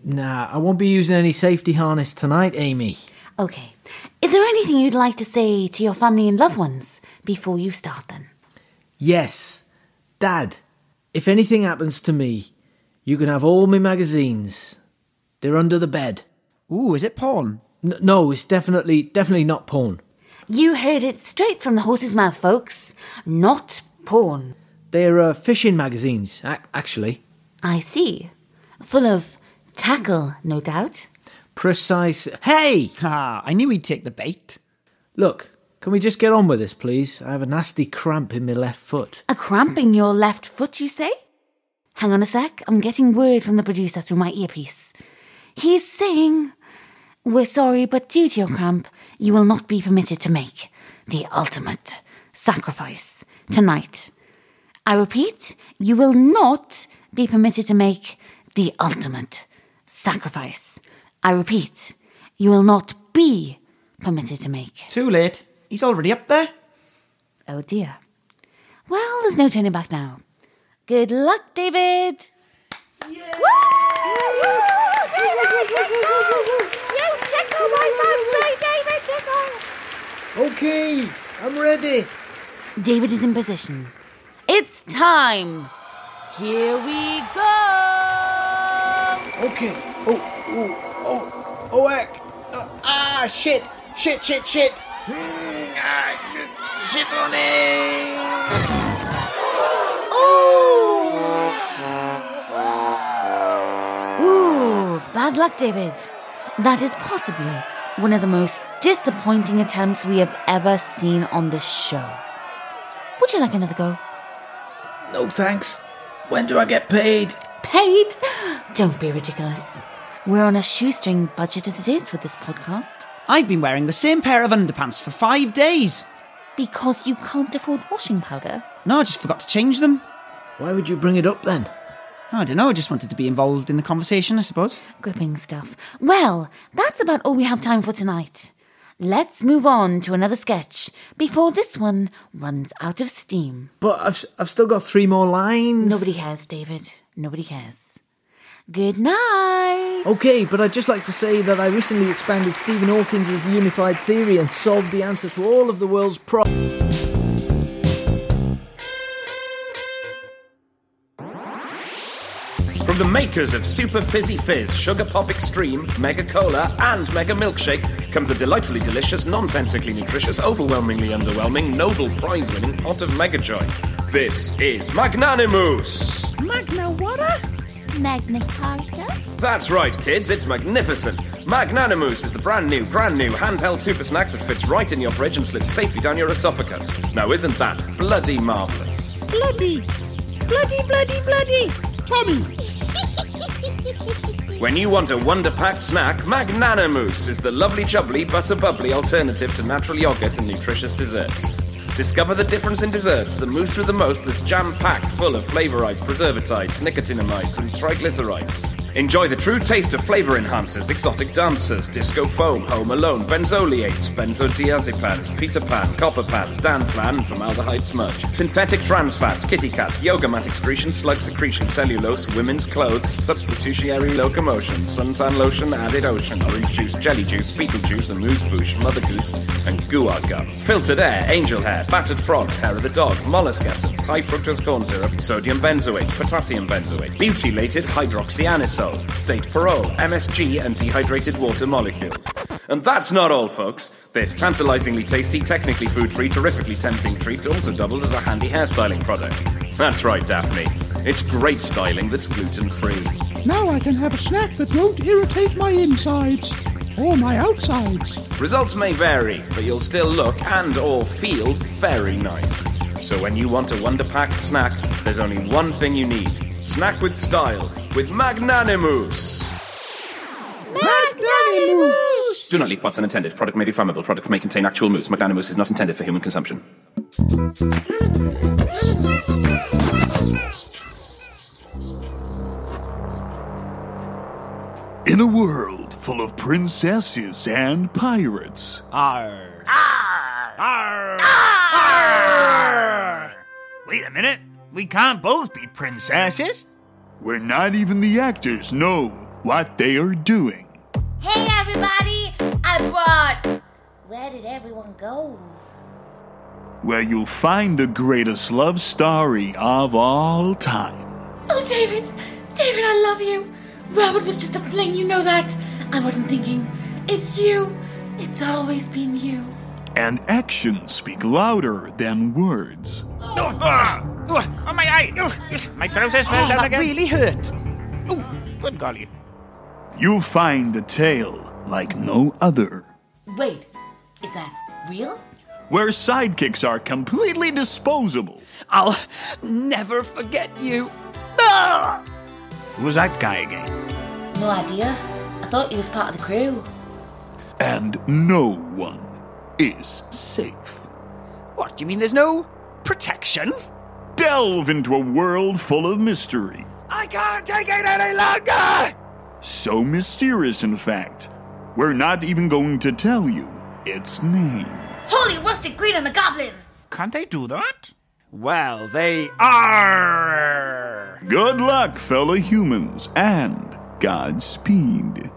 [SPEAKER 12] Nah, I won't be using any safety harness tonight, Amy.
[SPEAKER 2] Okay. Is there anything you'd like to say to your family and loved ones before you start then?
[SPEAKER 12] Yes. Dad, if anything happens to me, you can have all my magazines. They're under the bed.
[SPEAKER 4] Ooh, is it porn?
[SPEAKER 12] N- no, it's definitely definitely not porn.
[SPEAKER 2] You heard it straight from the horse's mouth, folks. Not porn.
[SPEAKER 12] They're uh, fishing magazines, ac- actually.
[SPEAKER 2] I see. Full of tackle, no doubt.
[SPEAKER 12] Precise. Hey!
[SPEAKER 4] Ah, I knew he'd take the bait.
[SPEAKER 12] Look, can we just get on with this, please? I have a nasty cramp in my left foot.
[SPEAKER 2] A cramp in your left foot, you say? Hang on a sec. I'm getting word from the producer through my earpiece. He's saying, We're sorry, but due to your cramp, you will not be permitted to make the ultimate sacrifice tonight. I repeat, you will not be permitted to make the ultimate sacrifice. I repeat, you will not be permitted to make.
[SPEAKER 4] Too late. He's already up there.
[SPEAKER 2] Oh dear. Well, there's no turning back now. Good luck, David.
[SPEAKER 19] You tickle my fancy, David Tickle!
[SPEAKER 12] Okay, I'm ready.
[SPEAKER 2] David is in position. It's time. Here we go.
[SPEAKER 12] Okay. Oh, oh, oh, oh, heck. Uh, ah, shit, shit, shit, shit. Mm, ah, uh, shit on it.
[SPEAKER 2] Oh! Ooh, bad luck, David. That is possibly one of the most disappointing attempts we have ever seen on this show. Would you like another go?
[SPEAKER 12] No thanks. When do I get paid?
[SPEAKER 2] Paid? Don't be ridiculous. We're on a shoestring budget as it is with this podcast
[SPEAKER 4] I've been wearing the same pair of underpants for five days.
[SPEAKER 2] because you can't afford washing powder.
[SPEAKER 4] No, I just forgot to change them.
[SPEAKER 12] Why would you bring it up then?
[SPEAKER 4] I don't know, I just wanted to be involved in the conversation, I suppose.
[SPEAKER 2] Gripping stuff. Well, that's about all we have time for tonight. Let's move on to another sketch before this one runs out of steam.
[SPEAKER 12] But I've, s- I've still got three more lines.
[SPEAKER 2] Nobody cares, David. Nobody cares. Good night.
[SPEAKER 12] Okay, but I'd just like to say that I recently expanded Stephen Hawking's unified theory and solved the answer to all of the world's problems.
[SPEAKER 8] From the makers of Super Fizzy Fizz, Sugar Pop Extreme, Mega Cola, and Mega Milkshake comes a delightfully delicious, nonsensically nutritious, overwhelmingly underwhelming, Nobel Prize winning pot of Mega Joy. This is Magnanimous!
[SPEAKER 19] Magna water?
[SPEAKER 17] Magna Carta?
[SPEAKER 8] That's right, kids, it's magnificent. Magnanimous is the brand new, brand new handheld super snack that fits right in your fridge and slips safely down your esophagus. Now, isn't that bloody marvellous?
[SPEAKER 19] Bloody! Bloody, bloody, bloody! Tommy!
[SPEAKER 8] When you want a wonder packed snack, Magnanimous is the lovely, chubbly, butter bubbly alternative to natural yogurt and nutritious desserts. Discover the difference in desserts, the mousse with the most that's jam packed full of flavorites, preservatives, nicotinamides, and triglycerides. Enjoy the true taste of flavor enhancers, exotic dancers, disco foam, home alone, benzolates, benzodiazepines, Peter Pan, copper pans, danflan, formaldehyde smudge, synthetic trans fats, kitty cats, yoga mat excretion, slug secretion, cellulose, women's clothes, substitutionary locomotion, suntan lotion, added ocean, orange juice, jelly juice, beetle juice, and moose boosh, mother goose, and guar gum. Filtered air, angel hair, battered frogs, hair of the dog, mollusk acids, high fructose corn syrup, sodium benzoate, potassium benzoate, butylated hydroxyanisole, state parole, MSG, and dehydrated water molecules. And that's not all, folks. This tantalizingly tasty, technically food free, terrifically tempting treat also doubles as a handy hairstyling product. That's right, Daphne. It's great styling that's gluten free.
[SPEAKER 1] Now I can have a snack that won't irritate my insides or my outsides.
[SPEAKER 8] Results may vary, but you'll still look and or feel very nice. So when you want a wonder pack snack, there's only one thing you need. Snack with style with Magnanimous.
[SPEAKER 20] Magnanimous!
[SPEAKER 8] Do not leave pots unattended. Product may be flammable. Product may contain actual moose. Magnanimous is not intended for human consumption.
[SPEAKER 9] In a world full of princesses and pirates.
[SPEAKER 13] Arr.
[SPEAKER 20] Arr.
[SPEAKER 13] Wait a minute. We can't both be princesses.
[SPEAKER 9] Where not even the actors know what they are doing.
[SPEAKER 20] Hey, everybody! I brought. Where did everyone go?
[SPEAKER 9] Where you'll find the greatest love story of all time.
[SPEAKER 2] Oh, David! David, I love you! Robert was just a fling, you know that! I wasn't thinking. It's you! It's always been you.
[SPEAKER 9] And actions speak louder than words.
[SPEAKER 13] Oh, my eye! Oh, My trousers fell
[SPEAKER 9] Oh,
[SPEAKER 13] down
[SPEAKER 9] that
[SPEAKER 13] again.
[SPEAKER 9] really
[SPEAKER 13] hurt. Oh, good golly.
[SPEAKER 9] You'll find a tale like no other.
[SPEAKER 2] Wait, is that real?
[SPEAKER 9] Where sidekicks are completely disposable.
[SPEAKER 21] I'll never forget you. Ah!
[SPEAKER 9] Who was that guy again?
[SPEAKER 2] No idea. I thought he was part of the crew.
[SPEAKER 9] And no one is safe.
[SPEAKER 4] What, do you mean there's no protection?
[SPEAKER 9] Delve into a world full of mystery.
[SPEAKER 4] I can't take it any longer!
[SPEAKER 9] So mysterious, in fact, we're not even going to tell you its name.
[SPEAKER 2] Holy rusted green on the goblin!
[SPEAKER 13] Can't they do that?
[SPEAKER 9] Well, they are. Good luck, fellow humans, and Godspeed.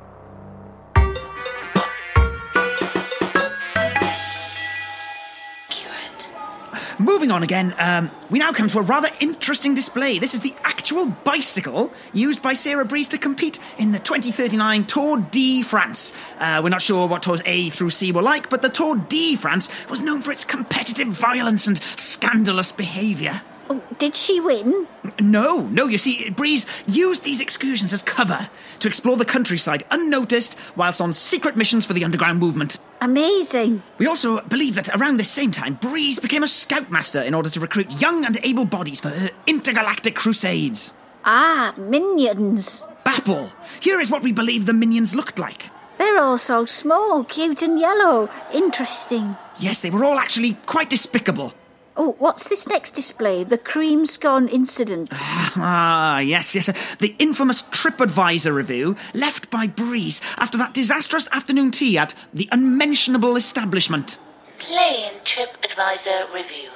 [SPEAKER 4] Moving on again, um, we now come to a rather interesting display. This is the actual bicycle used by Sarah Breeze to compete in the 2039 Tour de France. Uh, we're not sure what Tours A through C were like, but the Tour de France was known for its competitive violence and scandalous behaviour.
[SPEAKER 15] Oh, Did she win?
[SPEAKER 4] No, no, you see, Breeze used these excursions as cover to explore the countryside unnoticed whilst on secret missions for the underground movement.
[SPEAKER 15] Amazing.
[SPEAKER 4] We also believe that around this same time, Breeze became a scoutmaster in order to recruit young and able bodies for her intergalactic crusades.
[SPEAKER 15] Ah, minions.
[SPEAKER 4] Bapple. Here is what we believe the minions looked like.
[SPEAKER 15] They're all so small, cute, and yellow. Interesting.
[SPEAKER 4] Yes, they were all actually quite despicable.
[SPEAKER 15] Oh, what's this next display? The cream scone incident.
[SPEAKER 4] Ah, yes, yes. The infamous TripAdvisor review left by Breeze after that disastrous afternoon tea at the unmentionable establishment.
[SPEAKER 22] Play in TripAdvisor review.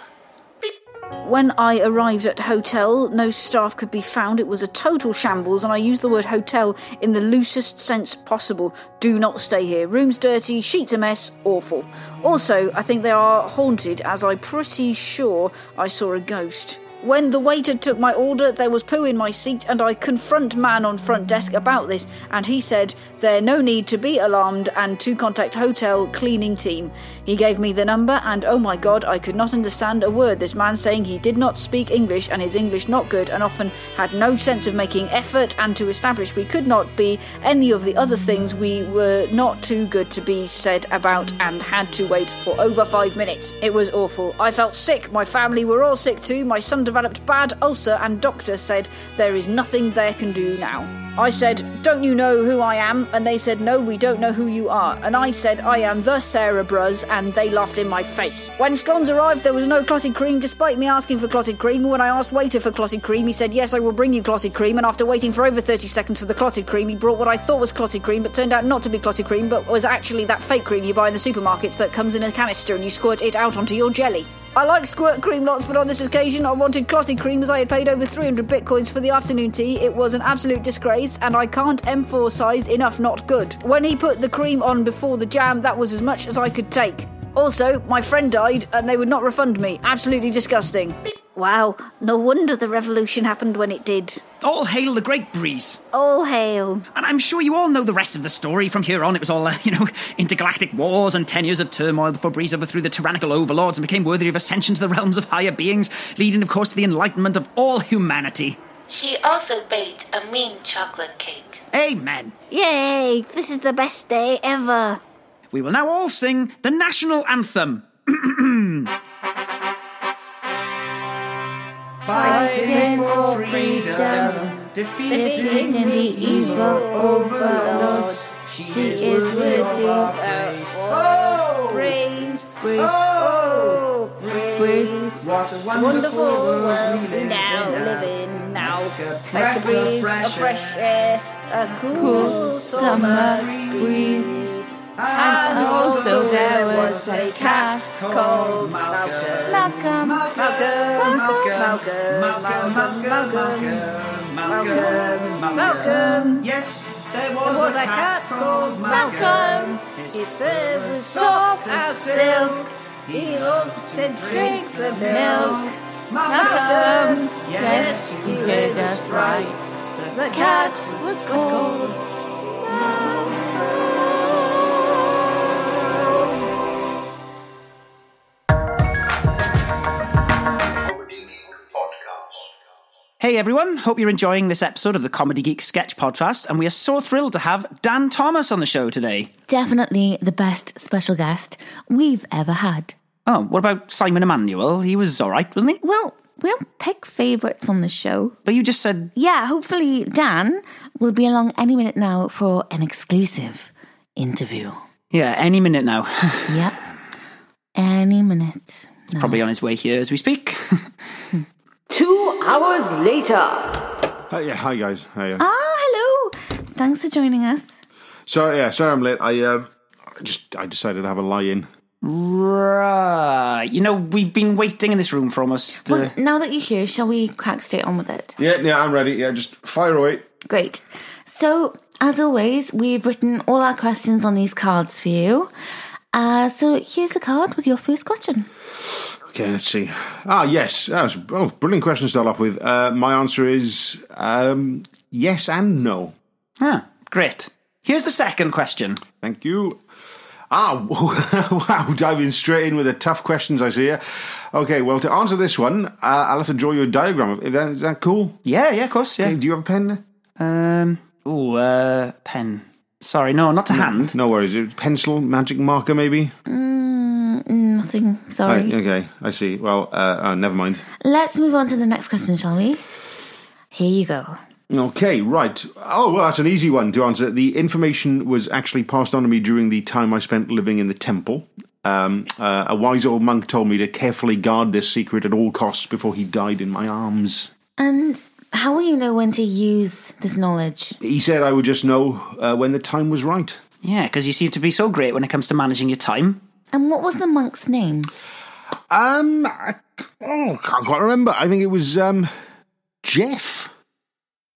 [SPEAKER 15] When I arrived at hotel, no staff could be found. It was a total shambles, and I use the word hotel in the loosest sense possible. Do not stay here. Room's dirty, sheets a mess, awful. Also, I think they are haunted, as I'm pretty sure I saw a ghost. When the waiter took my order, there was poo in my seat, and I confront man on front desk about this, and he said there no need to be alarmed and to contact hotel cleaning team. He gave me the number, and oh my god, I could not understand a word. This man saying he did not speak English and his English not good, and often had no sense of making effort, and to establish we could not be any of the other things we were not too good to be said about, and had to wait for over five minutes. It was awful. I felt sick. My family were all sick too. My son developed bad ulcer, and doctor said there is nothing they can do now. I said, Don't you know who I am? And they said, No, we don't know who you are. And I said, I am the Sarah Bruz, and they laughed in my face. When scones arrived, there was no clotted cream, despite me asking for clotted cream. When I asked waiter for clotted cream, he said, Yes, I will bring you clotted cream. And after waiting for over 30 seconds for the clotted cream, he brought what I thought was clotted cream, but turned out not to be clotted cream, but was actually that fake cream you buy in the supermarkets that comes in a canister and you squirt it out onto your jelly. I like squirt cream lots, but on this occasion I wanted clotted cream as I had paid over 300 bitcoins for the afternoon tea. It was an absolute disgrace, and I can't emphasise enough not good. When he put the cream on before the jam, that was as much as I could take. Also, my friend died, and they would not refund me. Absolutely disgusting.
[SPEAKER 16] Wow, no wonder the revolution happened when it did.
[SPEAKER 4] All hail the great breeze.
[SPEAKER 16] All hail.
[SPEAKER 4] And I'm sure you all know the rest of the story. From here on, it was all, uh, you know, intergalactic wars and ten years of turmoil before Breeze overthrew the tyrannical overlords and became worthy of ascension to the realms of higher beings, leading, of course, to the enlightenment of all humanity.
[SPEAKER 17] She also baked a mean chocolate cake.
[SPEAKER 4] Amen.
[SPEAKER 16] Yay, this is the best day ever.
[SPEAKER 4] We will now all sing the national anthem.
[SPEAKER 23] Fighting for freedom, defeating the evil overlords. She is worthy of our praise. Praise, oh, praise. What a wonderful world we now live in now.
[SPEAKER 16] Like a breath of fresh air, a cool summer breeze.
[SPEAKER 23] And also there was a cast called Malcolm.
[SPEAKER 16] Malcolm,
[SPEAKER 23] Malcolm,
[SPEAKER 16] Malcolm,
[SPEAKER 23] Malcolm, Malcolm, Malcolm, Malcolm,
[SPEAKER 16] Malcolm.
[SPEAKER 23] Yes, there
[SPEAKER 16] There
[SPEAKER 23] was, a cat, called Malcolm.
[SPEAKER 16] Malcolm. His fur was soft as silk. He loved to drink the milk. Malcolm, yes, you heard us right. The cat was called.
[SPEAKER 4] Hey everyone, hope you're enjoying this episode of the Comedy Geek Sketch Podcast, and we are so thrilled to have Dan Thomas on the show today.
[SPEAKER 2] Definitely the best special guest we've ever had.
[SPEAKER 4] Oh, what about Simon Emmanuel? He was alright, wasn't he?
[SPEAKER 2] Well, we don't pick favourites on the show.
[SPEAKER 4] But you just said.
[SPEAKER 2] Yeah, hopefully Dan will be along any minute now for an exclusive interview.
[SPEAKER 4] Yeah, any minute now.
[SPEAKER 2] yep. Any minute.
[SPEAKER 4] He's probably on his way here as we speak.
[SPEAKER 2] Two hours later.
[SPEAKER 10] Hi, Uh, yeah, hi guys. Hi, uh,
[SPEAKER 2] Ah, hello. Thanks for joining us.
[SPEAKER 10] So yeah, sorry I'm late. I uh, I just I decided to have a lie in.
[SPEAKER 4] Right. You know, we've been waiting in this room for almost. Uh,
[SPEAKER 2] Well, now that you're here, shall we crack straight on with it?
[SPEAKER 10] Yeah, yeah, I'm ready. Yeah, just fire away.
[SPEAKER 2] Great. So, as always, we've written all our questions on these cards for you. Uh, so, here's the card with your first question.
[SPEAKER 10] Okay, let's see. Ah, yes. That was oh, brilliant question to start off with. Uh, my answer is um, yes and no.
[SPEAKER 4] Ah, great. Here's the second question.
[SPEAKER 10] Thank you. Ah, wow, diving straight in with the tough questions I see here. Okay, well, to answer this one, uh, I'll have to draw you a diagram. of- Is that, is that cool?
[SPEAKER 4] Yeah, yeah, of course, yeah.
[SPEAKER 10] do you have a pen?
[SPEAKER 4] Um, ooh, uh, pen. Sorry, no, not to hand.
[SPEAKER 10] No worries. Pencil, magic marker, maybe?
[SPEAKER 2] Mm, nothing, sorry.
[SPEAKER 10] Right, okay, I see. Well, uh, uh, never mind.
[SPEAKER 2] Let's move on to the next question, shall we? Here you go.
[SPEAKER 10] Okay, right. Oh, well, that's an easy one to answer. The information was actually passed on to me during the time I spent living in the temple. Um, uh, a wise old monk told me to carefully guard this secret at all costs before he died in my arms.
[SPEAKER 2] And how will you know when to use this knowledge?
[SPEAKER 10] He said I would just know uh, when the time was right.
[SPEAKER 4] Yeah, because you seem to be so great when it comes to managing your time.
[SPEAKER 2] And what was the monk's name?
[SPEAKER 10] Um, I, oh, can't quite remember. I think it was um, Jeff.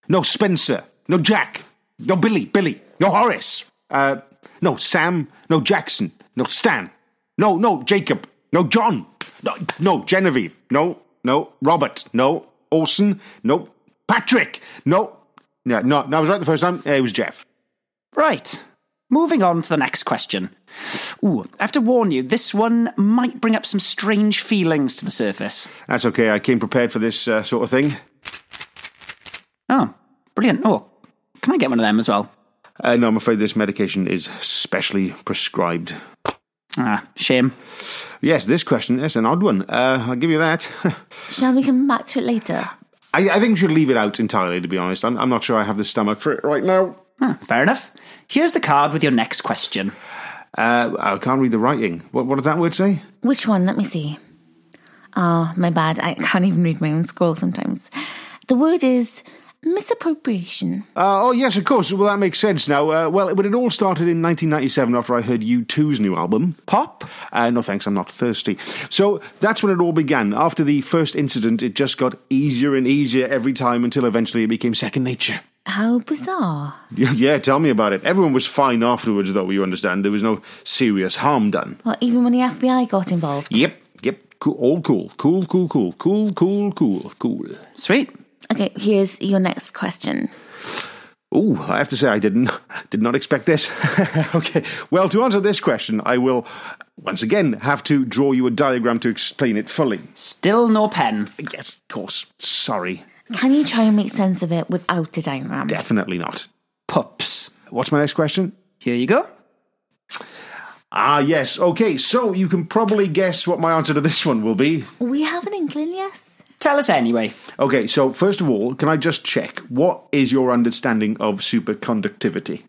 [SPEAKER 10] No, Spencer. No, Jack. No, Billy. Billy. No, Horace. Uh, no, Sam. No, Jackson. No, Stan. No, no, Jacob. No, John. No, no, Genevieve. No, no, Robert. No, Orson. No, Patrick. No, no, no, no I was right the first time. Yeah, it was Jeff.
[SPEAKER 4] Right. Moving on to the next question. Ooh, I have to warn you, this one might bring up some strange feelings to the surface.
[SPEAKER 10] That's okay. I came prepared for this uh, sort of thing.
[SPEAKER 4] Oh, brilliant. Oh, can I get one of them as well?
[SPEAKER 10] Uh, no, I'm afraid this medication is specially prescribed.
[SPEAKER 4] Ah, shame.
[SPEAKER 10] Yes, this question is an odd one. Uh, I'll give you that.
[SPEAKER 2] Shall we come back to it later?
[SPEAKER 10] I, I think we should leave it out entirely, to be honest. I'm, I'm not sure I have the stomach for it right now.
[SPEAKER 4] Ah, fair enough. Here's the card with your next question.
[SPEAKER 10] Uh, I can't read the writing. What, what does that word say?
[SPEAKER 2] Which one? Let me see. Oh, my bad. I can't even read my own scroll sometimes. The word is misappropriation.
[SPEAKER 10] Uh, oh, yes, of course. Well, that makes sense now. Uh, well, but it all started in 1997 after I heard U2's new album, Pop. Uh, no, thanks, I'm not thirsty. So that's when it all began. After the first incident, it just got easier and easier every time until eventually it became second nature.
[SPEAKER 2] How bizarre.
[SPEAKER 10] Yeah, yeah, tell me about it. Everyone was fine afterwards, though, you understand. There was no serious harm done.
[SPEAKER 2] Well, even when the FBI got involved.
[SPEAKER 10] Yep, yep. Cool, all cool. Cool, cool, cool. Cool, cool, cool, cool.
[SPEAKER 4] Sweet.
[SPEAKER 2] Okay, here's your next question.
[SPEAKER 10] Oh, I have to say I didn't did not expect this. okay. Well, to answer this question, I will once again have to draw you a diagram to explain it fully.
[SPEAKER 4] Still no pen.
[SPEAKER 10] Yes, of course. Sorry.
[SPEAKER 2] Can you try and make sense of it without a diagram?
[SPEAKER 10] Definitely not.
[SPEAKER 4] Pups.
[SPEAKER 10] What's my next question?
[SPEAKER 4] Here you go.
[SPEAKER 10] Ah, yes. Okay, so you can probably guess what my answer to this one will be.
[SPEAKER 2] We have an inkling, yes?
[SPEAKER 4] Tell us anyway.
[SPEAKER 10] Okay, so first of all, can I just check what is your understanding of superconductivity?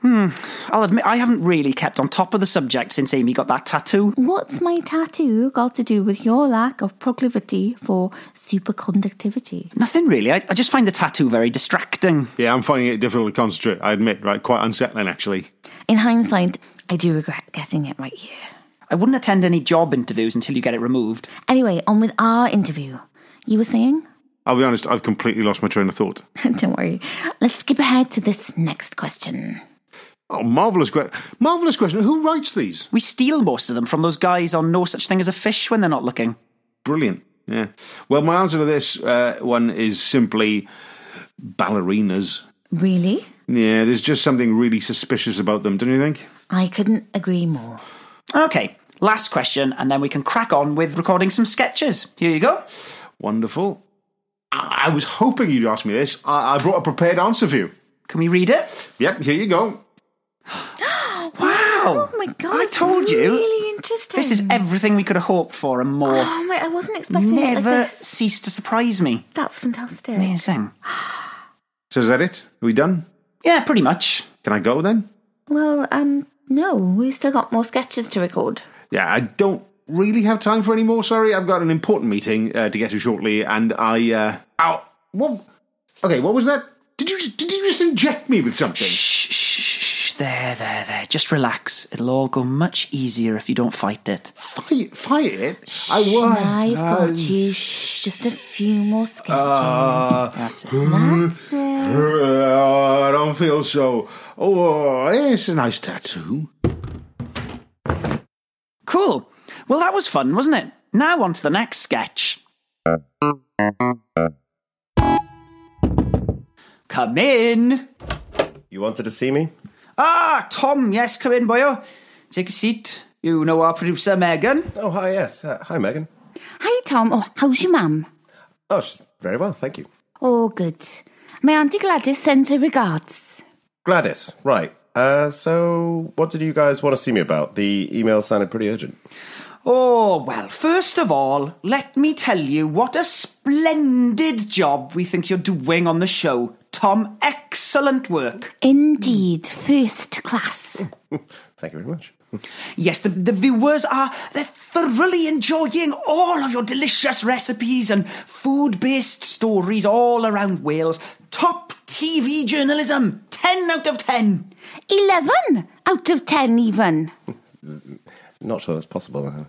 [SPEAKER 4] Hmm. I'll admit I haven't really kept on top of the subject since Amy got that tattoo.
[SPEAKER 2] What's my tattoo got to do with your lack of proclivity for superconductivity?
[SPEAKER 4] Nothing really. I, I just find the tattoo very distracting.
[SPEAKER 10] Yeah, I'm finding it difficult to concentrate, I admit, right? Quite unsettling, actually.
[SPEAKER 2] In hindsight, I do regret getting it right here.
[SPEAKER 4] I wouldn't attend any job interviews until you get it removed.
[SPEAKER 2] Anyway, on with our interview. You were saying?
[SPEAKER 10] I'll be honest, I've completely lost my train of thought.
[SPEAKER 2] Don't worry. Let's skip ahead to this next question.
[SPEAKER 10] Oh, marvellous question. Marvellous question. Who writes these?
[SPEAKER 4] We steal most of them from those guys on No Such Thing as a Fish when they're not looking.
[SPEAKER 10] Brilliant. Yeah. Well, my answer to this uh, one is simply ballerinas.
[SPEAKER 2] Really?
[SPEAKER 10] Yeah, there's just something really suspicious about them, don't you think?
[SPEAKER 2] I couldn't agree more.
[SPEAKER 4] Okay, last question, and then we can crack on with recording some sketches. Here you go.
[SPEAKER 10] Wonderful. I, I was hoping you'd ask me this. I-, I brought a prepared answer for you.
[SPEAKER 4] Can we read it?
[SPEAKER 10] Yep, here you go.
[SPEAKER 2] Oh, my god!
[SPEAKER 4] I told you.
[SPEAKER 2] Really interesting.
[SPEAKER 4] This is everything we could have hoped for and more.
[SPEAKER 2] Oh my! I wasn't expecting
[SPEAKER 4] Never
[SPEAKER 2] it like this.
[SPEAKER 4] cease to surprise me.
[SPEAKER 2] That's fantastic.
[SPEAKER 4] Amazing.
[SPEAKER 10] So is that it? Are we done?
[SPEAKER 4] Yeah, pretty much.
[SPEAKER 10] Can I go then?
[SPEAKER 2] Well, um, no, we still got more sketches to record.
[SPEAKER 10] Yeah, I don't really have time for any more. Sorry, I've got an important meeting uh, to get to shortly, and I. Uh, ow! What? Okay, what was that? Did you did you just inject me with something?
[SPEAKER 4] Shh, shh, shh, shh. There, there, there. Just relax. It'll all go much easier if you don't fight it.
[SPEAKER 10] Fight, fight it. I was.
[SPEAKER 2] I've
[SPEAKER 4] Uh,
[SPEAKER 2] got you. Shh, just a few more sketches. That's it. That's it.
[SPEAKER 10] Oh, Uh, I don't feel so. Oh, it's a nice tattoo.
[SPEAKER 4] Cool. Well, that was fun, wasn't it? Now on to the next sketch. Come in.
[SPEAKER 5] You wanted to see me?
[SPEAKER 4] Ah, Tom, yes, come in, boyo. Take a seat. You know our producer, Megan.
[SPEAKER 5] Oh, hi, yes. Uh, hi, Megan.
[SPEAKER 2] Hi, Tom. Oh, how's your mum?
[SPEAKER 5] Oh, she's very well, thank you.
[SPEAKER 2] Oh, good. My auntie Gladys sends her regards.
[SPEAKER 5] Gladys, right. Uh, so, what did you guys want to see me about? The email sounded pretty urgent.
[SPEAKER 4] Oh, well, first of all, let me tell you what a splendid job we think you're doing on the show. Tom, excellent work.
[SPEAKER 2] Indeed, first class.
[SPEAKER 5] Thank you very much.
[SPEAKER 4] Yes, the, the viewers are they're thoroughly enjoying all of your delicious recipes and food based stories all around Wales. Top TV journalism, 10 out of 10.
[SPEAKER 2] 11 out of 10, even.
[SPEAKER 5] Not sure that's possible. Uh,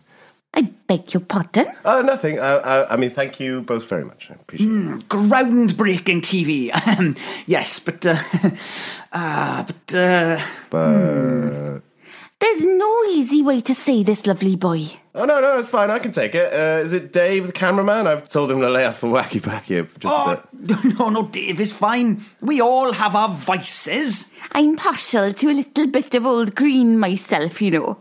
[SPEAKER 2] I beg your pardon.
[SPEAKER 5] Oh, nothing. Uh, uh, I mean, thank you both very much. I appreciate it.
[SPEAKER 4] Hmm, Groundbreaking TV. yes, but, uh, uh, but, uh,
[SPEAKER 5] But...
[SPEAKER 2] There's no easy way to say this, lovely boy.
[SPEAKER 5] Oh, no, no, it's fine. I can take it. Uh, is it Dave, the cameraman? I've told him to lay off the wacky back here. Just a
[SPEAKER 4] oh,
[SPEAKER 5] bit.
[SPEAKER 4] no, no, Dave is fine. We all have our vices.
[SPEAKER 2] I'm partial to a little bit of old green myself, you know.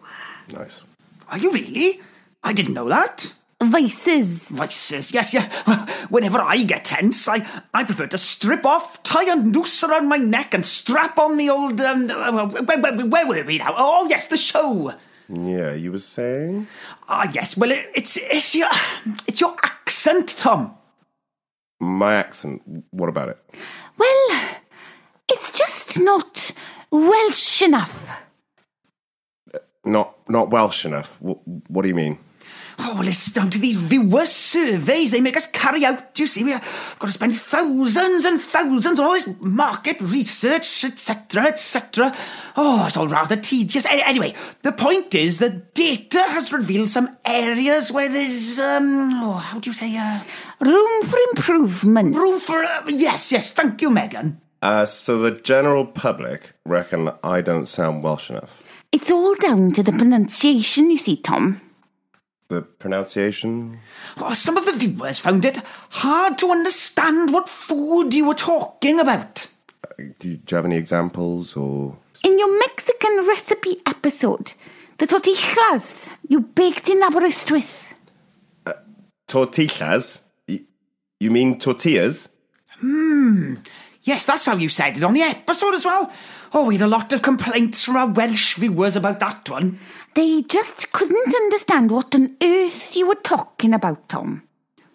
[SPEAKER 5] Nice.
[SPEAKER 4] Are you really? I didn't know that.
[SPEAKER 2] Vices.
[SPEAKER 4] Vices, yes, yeah. Whenever I get tense, I, I prefer to strip off, tie a noose around my neck, and strap on the old. Um, uh, where, where, where were we now? Oh, yes, the show.
[SPEAKER 5] Yeah, you were saying?
[SPEAKER 4] Ah, yes. Well, it, it's it's your it's your accent, Tom.
[SPEAKER 3] my accent. What about it?
[SPEAKER 2] Well, it's just not Welsh enough.
[SPEAKER 3] Not not Welsh enough. What, what do you mean?
[SPEAKER 4] Oh, let's down to these viewer surveys they make us carry out. Do you see, we've got to spend thousands and thousands on all this market research, etc., etc. Oh, it's all rather tedious. A- Anyway, the point is the data has revealed some areas where there's, um, oh, how do you say, uh,
[SPEAKER 2] room for improvement.
[SPEAKER 4] Room for, uh, yes, yes, thank you, Megan.
[SPEAKER 3] Uh, so the general public reckon I don't sound Welsh enough.
[SPEAKER 2] It's all down to the pronunciation, you see, Tom.
[SPEAKER 3] The pronunciation?
[SPEAKER 4] Oh, some of the viewers found it hard to understand what food you were talking about.
[SPEAKER 3] Do you, do you have any examples or?
[SPEAKER 2] In your Mexican recipe episode, the tortillas you baked in Aberystwyth.
[SPEAKER 3] Tortillas? Y- You mean tortillas?
[SPEAKER 4] Hmm. Yes, that's how you said it on the episode as well. Oh, we had a lot of complaints from our Welsh viewers about that one.
[SPEAKER 2] They just couldn't understand what on earth you were talking about, Tom.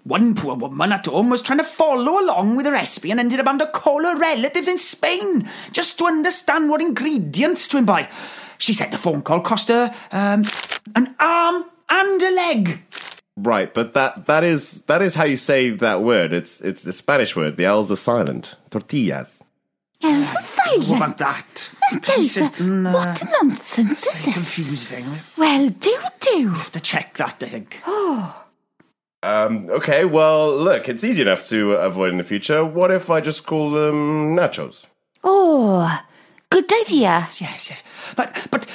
[SPEAKER 4] One poor woman at home was trying to follow along with the recipe and ended up having to call her relatives in Spain just to understand what ingredients to buy. She said the phone call cost her um, an arm and a leg.
[SPEAKER 3] Right, but that that is that is how you say that word. It's it's the Spanish word. The L's are silent. Tortillas.
[SPEAKER 2] Elsa Silent.
[SPEAKER 4] What about that?
[SPEAKER 2] Elsa, what nonsense is this?
[SPEAKER 4] Confusing.
[SPEAKER 2] Well, do do.
[SPEAKER 4] Have to check that, I think.
[SPEAKER 2] Oh,
[SPEAKER 3] Um, okay, well, look, it's easy enough to avoid in the future. What if I just call them nachos?
[SPEAKER 2] oh, good idea.
[SPEAKER 4] Yes, yes. But but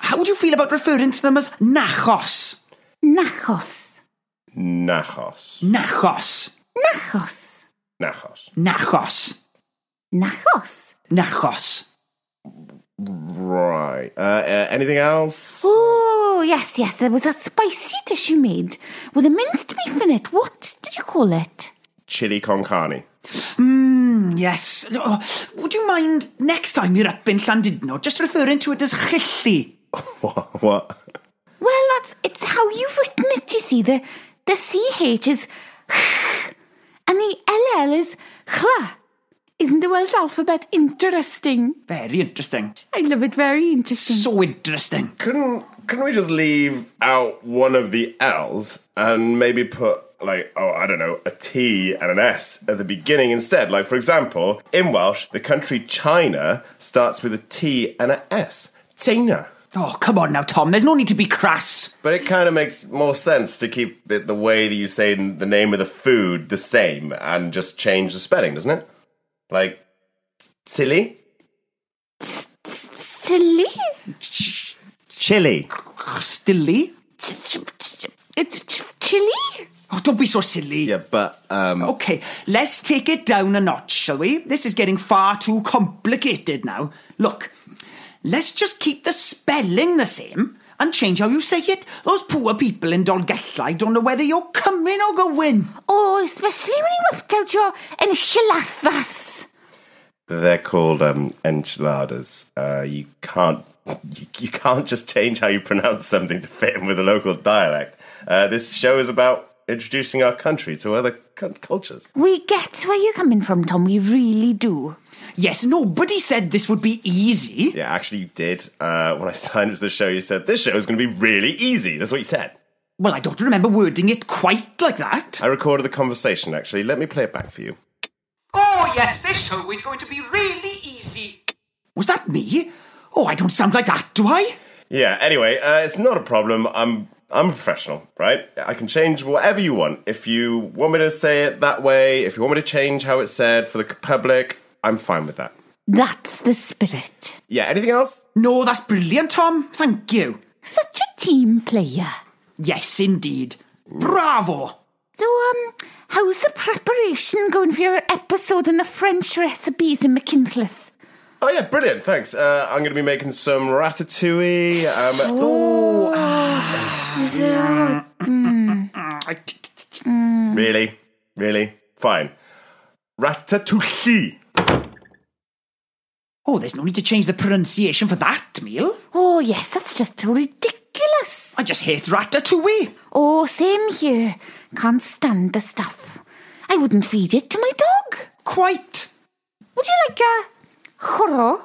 [SPEAKER 4] how would you feel about referring to them as nachos?
[SPEAKER 2] Nachos.
[SPEAKER 3] Nachos.
[SPEAKER 4] Nachos.
[SPEAKER 2] Nachos.
[SPEAKER 3] Nachos.
[SPEAKER 4] Nachos.
[SPEAKER 2] Nachos.
[SPEAKER 4] Nachos.
[SPEAKER 3] Right. Uh, uh, anything else?
[SPEAKER 2] Oh, yes, yes. There was a spicy dish you made with a minced beef in it. What did you call it?
[SPEAKER 3] Chili con carne.
[SPEAKER 4] Mm, yes. Oh, would you mind next time you're up in Llandudno just referring to it as chilli?
[SPEAKER 3] what?
[SPEAKER 2] Well, that's it's how Oh, you've written it. You see, the the ch is ch, and the ll is chl. Isn't the Welsh alphabet interesting?
[SPEAKER 4] Very interesting.
[SPEAKER 2] I love it. Very interesting.
[SPEAKER 4] So interesting.
[SPEAKER 3] Couldn't couldn't we just leave out one of the L's and maybe put like oh I don't know a T and an S at the beginning instead? Like for example, in Welsh, the country China starts with a T and an S. China.
[SPEAKER 4] Oh, come on now, Tom. There's no need to be crass.
[SPEAKER 3] But it kind of makes more sense to keep it the way that you say the name of the food the same and just change the spelling, doesn't it? Like silly,
[SPEAKER 2] Silly.
[SPEAKER 3] chili.
[SPEAKER 4] Stilly?
[SPEAKER 2] It's ch- chili.
[SPEAKER 4] Oh, don't be so silly.
[SPEAKER 3] Yeah, but um.
[SPEAKER 4] Okay, let's take it down a notch, shall we? This is getting far too complicated now. Look, let's just keep the spelling the same and change how you say it. Those poor people in Dolgellau don't know whether you're coming or going.
[SPEAKER 2] Oh, especially when you whipped out your enchiladas.
[SPEAKER 3] They're called um, enchiladas. Uh, you can't you, you can't just change how you pronounce something to fit in with a local dialect. Uh, this show is about introducing our country to other cu- cultures.
[SPEAKER 2] We get where you're coming from, Tom. We really do.
[SPEAKER 4] Yes, nobody said this would be easy.
[SPEAKER 3] Yeah, actually, you did. Uh, when I signed up to the show, you said this show is going to be really easy. That's what you said.
[SPEAKER 4] Well, I don't remember wording it quite like that.
[SPEAKER 3] I recorded the conversation. Actually, let me play it back for you.
[SPEAKER 24] Oh, yes, this show is going to be really easy.
[SPEAKER 4] Was that me? Oh, I don't sound like that, do I?
[SPEAKER 3] Yeah. Anyway, uh, it's not a problem. I'm I'm a professional, right? I can change whatever you want. If you want me to say it that way, if you want me to change how it's said for the public, I'm fine with that.
[SPEAKER 2] That's the spirit.
[SPEAKER 3] Yeah. Anything else?
[SPEAKER 4] No, that's brilliant, Tom. Thank you.
[SPEAKER 2] Such a team player.
[SPEAKER 4] Yes, indeed. Bravo.
[SPEAKER 2] So, um, how's the preparation going for your episode on the French recipes in McKinlith?
[SPEAKER 3] Oh yeah, brilliant. Thanks. Uh, I'm going to be making some ratatouille. Um,
[SPEAKER 2] Ah, Mm.
[SPEAKER 4] Mm.
[SPEAKER 3] Really, really fine. Ratatouille.
[SPEAKER 4] Oh, there's no need to change the pronunciation for that meal.
[SPEAKER 2] Oh, yes, that's just ridiculous.
[SPEAKER 4] I just hate ratatouille.
[SPEAKER 2] Oh, same here. Can't stand the stuff. I wouldn't feed it to my dog.
[SPEAKER 4] Quite.
[SPEAKER 2] Would you like a churro?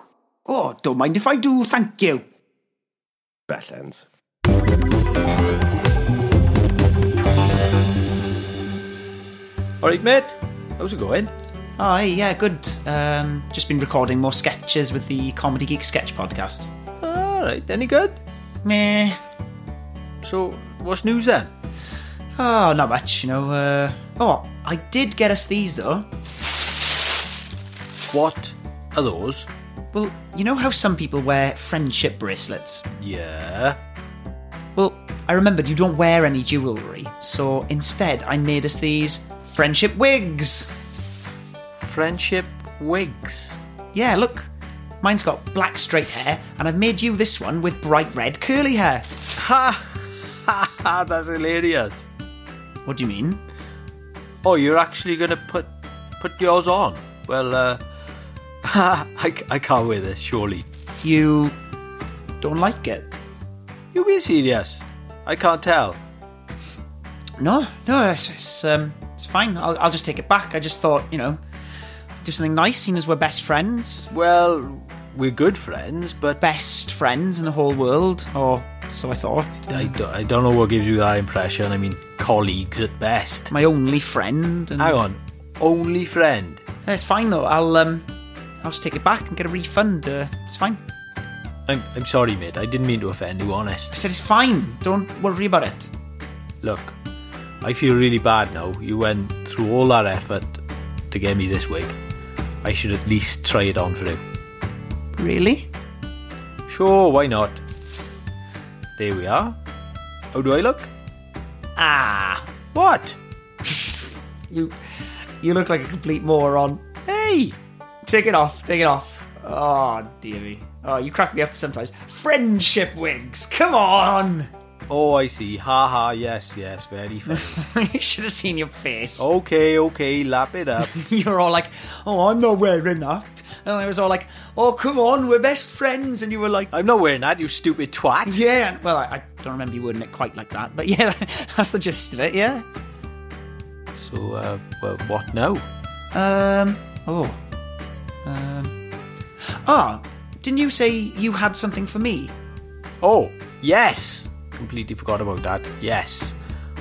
[SPEAKER 4] Oh, don't mind if I do, thank you.
[SPEAKER 3] Badlands.
[SPEAKER 12] All right, mate. How's it going?
[SPEAKER 4] Hi, yeah, good. Um, just been recording more sketches with the Comedy Geek Sketch Podcast.
[SPEAKER 12] All right, any good?
[SPEAKER 4] Meh.
[SPEAKER 12] So, what's news then?
[SPEAKER 4] Oh, not much, you know. Uh, oh, I did get us these though.
[SPEAKER 12] What are those?
[SPEAKER 4] Well, you know how some people wear friendship bracelets?
[SPEAKER 12] Yeah.
[SPEAKER 4] Well, I remembered you don't wear any jewellery, so instead I made us these friendship wigs.
[SPEAKER 12] Friendship wigs.
[SPEAKER 4] Yeah, look. Mine's got black straight hair, and I've made you this one with bright red curly hair.
[SPEAKER 12] Ha! Ha ha! That's hilarious.
[SPEAKER 4] What do you mean?
[SPEAKER 12] Oh, you're actually gonna put put yours on? Well, uh, I, I can't wear this. Surely
[SPEAKER 4] You don't like it?
[SPEAKER 12] you be serious. I can't tell.
[SPEAKER 4] No, no, it's, it's, um, it's fine. I'll, I'll just take it back. I just thought, you know, do something nice, seeing as we're best friends.
[SPEAKER 12] Well, we're good friends, but
[SPEAKER 4] best friends in the whole world, or so I thought.
[SPEAKER 12] I don't, I don't know what gives you that impression. I mean, colleagues at best.
[SPEAKER 4] My only friend. And
[SPEAKER 12] Hang on, only friend.
[SPEAKER 4] It's fine though. I'll um, I'll just take it back and get a refund. Uh, it's fine.
[SPEAKER 12] I'm, I'm sorry, mate. I didn't mean to offend you, honest.
[SPEAKER 4] I said it's fine. Don't worry about it.
[SPEAKER 12] Look, I feel really bad now. You went through all that effort to get me this wig. I should at least try it on for you.
[SPEAKER 4] Really?
[SPEAKER 12] Sure, why not? There we are. How do I look?
[SPEAKER 4] Ah,
[SPEAKER 12] What?
[SPEAKER 4] you, you look like a complete moron.
[SPEAKER 12] Hey!
[SPEAKER 4] Take it off. Take it off. Oh dear me. Oh, you crack me up sometimes. Friendship wigs. Come on.
[SPEAKER 12] Oh, I see. Ha ha, yes, yes, very funny.
[SPEAKER 4] you should have seen your face.
[SPEAKER 12] okay, okay, lap it up.
[SPEAKER 4] You're all like, oh, I'm not wearing that. And I was all like, oh, come on, we're best friends. And you were like,
[SPEAKER 12] I'm not wearing that, you stupid twat.
[SPEAKER 4] yeah. And- Well, I, I don't remember you wording it quite like that. But yeah, that's the gist of it, yeah?
[SPEAKER 12] So, uh, well, what now?
[SPEAKER 4] Um, oh. Um. Ah, didn't you say you had something for me?
[SPEAKER 12] Oh, yes! Completely forgot about that. Yes.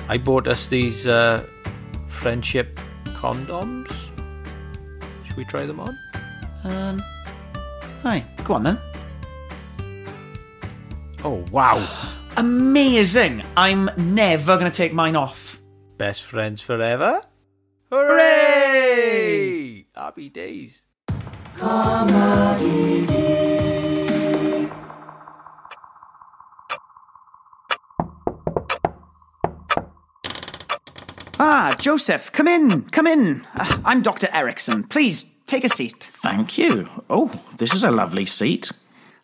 [SPEAKER 12] I bought us these uh, friendship condoms. Should we try them on?
[SPEAKER 4] Um, hi, go on then.
[SPEAKER 12] Oh, wow.
[SPEAKER 4] Amazing! I'm never gonna take mine off.
[SPEAKER 12] Best friends forever? Hooray! Happy days.
[SPEAKER 4] Ah, Joseph, come in, come in. Uh, I'm Dr. Erickson. Please take a seat.
[SPEAKER 25] Thank you. Oh, this is a lovely seat.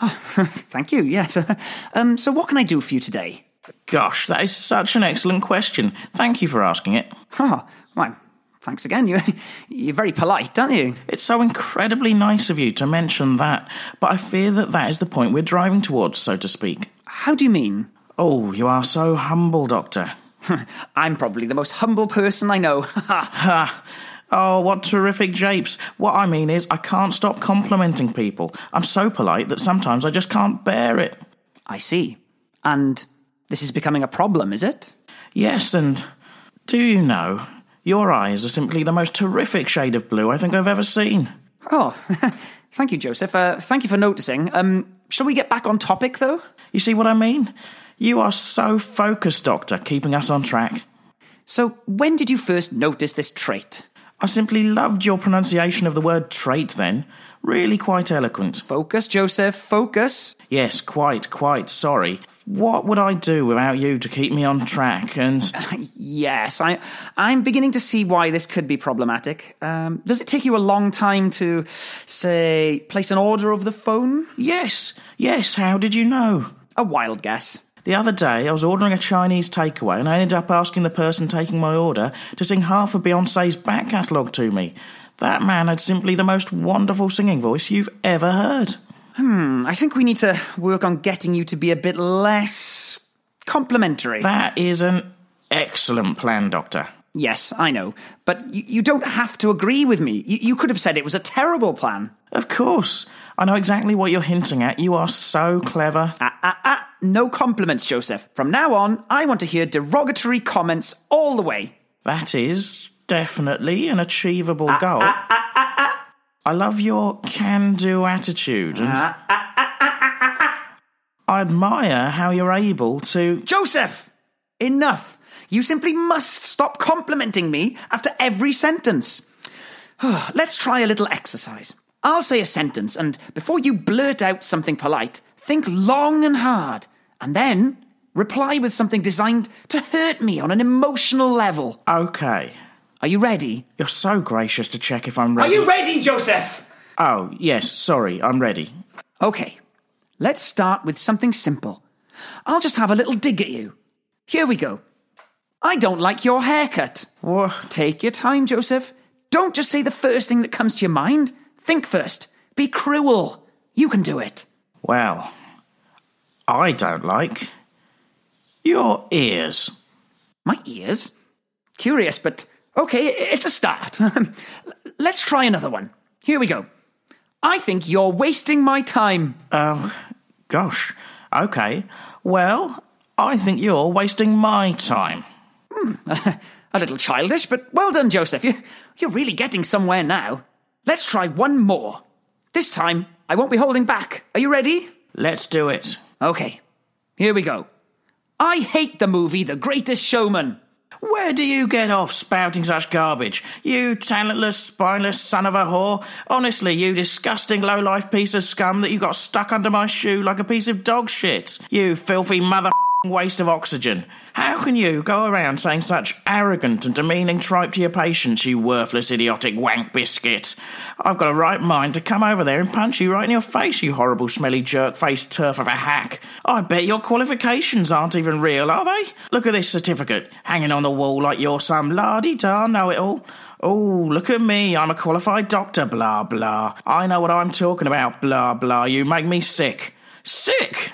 [SPEAKER 4] Ah, Thank you, yes. um, so, what can I do for you today?
[SPEAKER 25] Gosh, that is such an excellent question. Thank you for asking it.
[SPEAKER 4] Ah, why, thanks again. You, you're very polite, aren't you?
[SPEAKER 25] It's so incredibly nice of you to mention that, but I fear that that is the point we're driving towards, so to speak.
[SPEAKER 4] How do you mean?
[SPEAKER 25] Oh, you are so humble, Doctor.
[SPEAKER 4] I'm probably the most humble person I know.
[SPEAKER 25] Ha! Oh, what terrific japes. What I mean is, I can't stop complimenting people. I'm so polite that sometimes I just can't bear it.
[SPEAKER 4] I see. And this is becoming a problem, is it?
[SPEAKER 25] Yes, and do you know, your eyes are simply the most terrific shade of blue I think I've ever seen.
[SPEAKER 4] Oh, thank you, Joseph. Uh, thank you for noticing. Um, shall we get back on topic, though?
[SPEAKER 25] You see what I mean? You are so focused, Doctor, keeping us on track.
[SPEAKER 4] So, when did you first notice this trait?
[SPEAKER 25] I simply loved your pronunciation of the word trait then. Really quite eloquent.
[SPEAKER 4] Focus, Joseph, focus.
[SPEAKER 25] Yes, quite, quite sorry. What would I do without you to keep me on track? And
[SPEAKER 4] Yes, I, I'm beginning to see why this could be problematic. Um, does it take you a long time to, say, place an order over the phone?
[SPEAKER 25] yes, yes, how did you know?
[SPEAKER 4] A wild guess.
[SPEAKER 25] The other day, I was ordering a Chinese takeaway, and I ended up asking the person taking my order to sing half of Beyonce's back catalogue to me. That man had simply the most wonderful singing voice you've ever heard.
[SPEAKER 4] Hmm, I think we need to work on getting you to be a bit less complimentary.
[SPEAKER 25] That is an excellent plan, Doctor.
[SPEAKER 4] Yes, I know. But y- you don't have to agree with me. You-, you could have said it was a terrible plan.
[SPEAKER 25] Of course. I know exactly what you're hinting at. You are so clever.
[SPEAKER 4] Ah, ah, ah. No compliments, Joseph. From now on, I want to hear derogatory comments all the way.
[SPEAKER 25] That is definitely an achievable
[SPEAKER 4] Ah,
[SPEAKER 25] goal. I love your can do attitude and.
[SPEAKER 4] Ah,
[SPEAKER 25] I admire how you're able to.
[SPEAKER 4] Joseph! Enough! You simply must stop complimenting me after every sentence. Let's try a little exercise. I'll say a sentence, and before you blurt out something polite, think long and hard, and then reply with something designed to hurt me on an emotional level.
[SPEAKER 25] Okay.
[SPEAKER 4] Are you ready?
[SPEAKER 25] You're so gracious to check if I'm ready.
[SPEAKER 4] Are you ready, Joseph?
[SPEAKER 25] Oh, yes, sorry, I'm ready.
[SPEAKER 4] Okay, let's start with something simple. I'll just have a little dig at you. Here we go. I don't like your haircut. Take your time, Joseph. Don't just say the first thing that comes to your mind. Think first. Be cruel. You can do it.
[SPEAKER 25] Well, I don't like your ears.
[SPEAKER 4] My ears? Curious, but okay, it's a start. L- Let's try another one. Here we go. I think you're wasting my time.
[SPEAKER 25] Oh, gosh. Okay. Well, I think you're wasting my time.
[SPEAKER 4] Hmm. A little childish, but well done, Joseph. You, you're really getting somewhere now. Let's try one more. This time, I won't be holding back. Are you ready?
[SPEAKER 25] Let's do it.
[SPEAKER 4] Okay, here we go. I hate the movie The Greatest Showman.
[SPEAKER 25] Where do you get off spouting such garbage? You talentless, spineless son of a whore. Honestly, you disgusting low-life piece of scum that you got stuck under my shoe like a piece of dog shit. You filthy mother waste of oxygen. How can you go around saying such arrogant and demeaning tripe to your patients, you worthless, idiotic wank biscuit? I've got a right mind to come over there and punch you right in your face, you horrible, smelly jerk-faced turf of a hack. I bet your qualifications aren't even real, are they? Look at this certificate hanging on the wall like you're some la-di-da know-it-all. Oh, look at me. I'm a qualified doctor, blah, blah. I know what I'm talking about, blah, blah. You make me sick. Sick!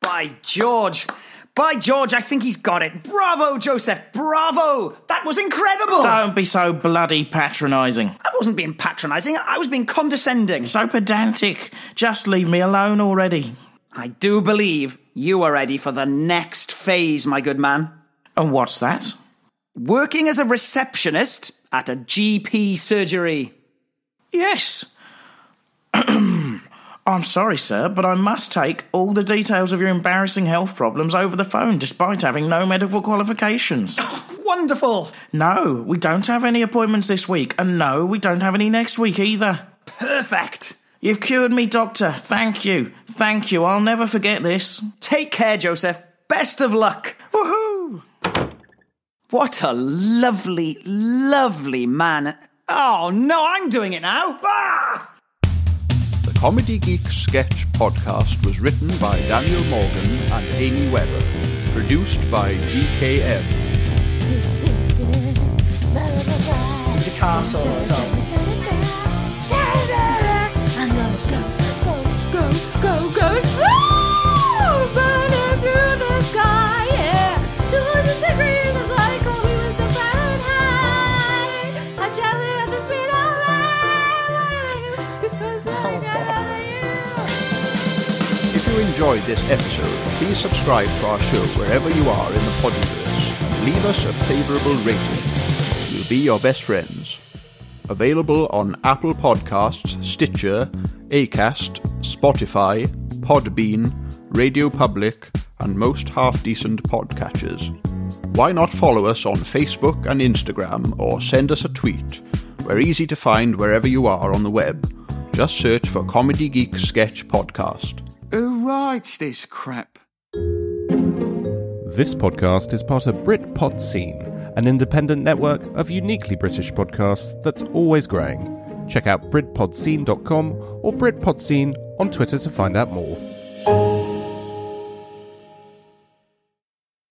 [SPEAKER 4] By George. By George, I think he's got it. Bravo, Joseph. Bravo. That was incredible.
[SPEAKER 25] Don't be so bloody patronising.
[SPEAKER 4] I wasn't being patronising, I was being condescending.
[SPEAKER 25] So pedantic. Just leave me alone already.
[SPEAKER 4] I do believe you are ready for the next phase, my good man.
[SPEAKER 25] And what's that?
[SPEAKER 4] Working as a receptionist at a GP surgery.
[SPEAKER 25] Yes. I'm sorry, sir, but I must take all the details of your embarrassing health problems over the phone despite having no medical qualifications.
[SPEAKER 4] Wonderful.
[SPEAKER 25] no, we don't have any appointments this week, and no, we don't have any next week either.
[SPEAKER 4] Perfect.
[SPEAKER 25] You've cured me, doctor. Thank you. Thank you. I'll never forget this.
[SPEAKER 4] Take care, Joseph. Best of luck.
[SPEAKER 25] Woohoo!
[SPEAKER 4] What a lovely, lovely man. Oh, no, I'm doing it now. Ah!
[SPEAKER 1] The Comedy Geek Sketch Podcast was written by Daniel Morgan and Amy Weber. Produced by DKM.
[SPEAKER 4] Guitar solo.
[SPEAKER 12] I'm gonna go, go, go, go, go. Woo! Burning through the sky, yeah. 200 degrees is like all we was to Fahrenheit. I travel at the speed of light, because I never
[SPEAKER 1] If you enjoyed this episode, please subscribe to our show wherever you are in the Podiverse and leave us a favourable rating. We'll be your best friends. Available on Apple Podcasts, Stitcher, Acast, Spotify, Podbean, Radio Public, and most half-decent podcatchers. Why not follow us on Facebook and Instagram or send us a tweet? We're easy to find wherever you are on the web. Just search for Comedy Geek Sketch Podcast.
[SPEAKER 26] Who writes this crap?
[SPEAKER 8] This podcast is part of Britpod Scene, an independent network of uniquely British podcasts that's always growing. Check out BritpodScene.com or BritpodScene on Twitter to find out more.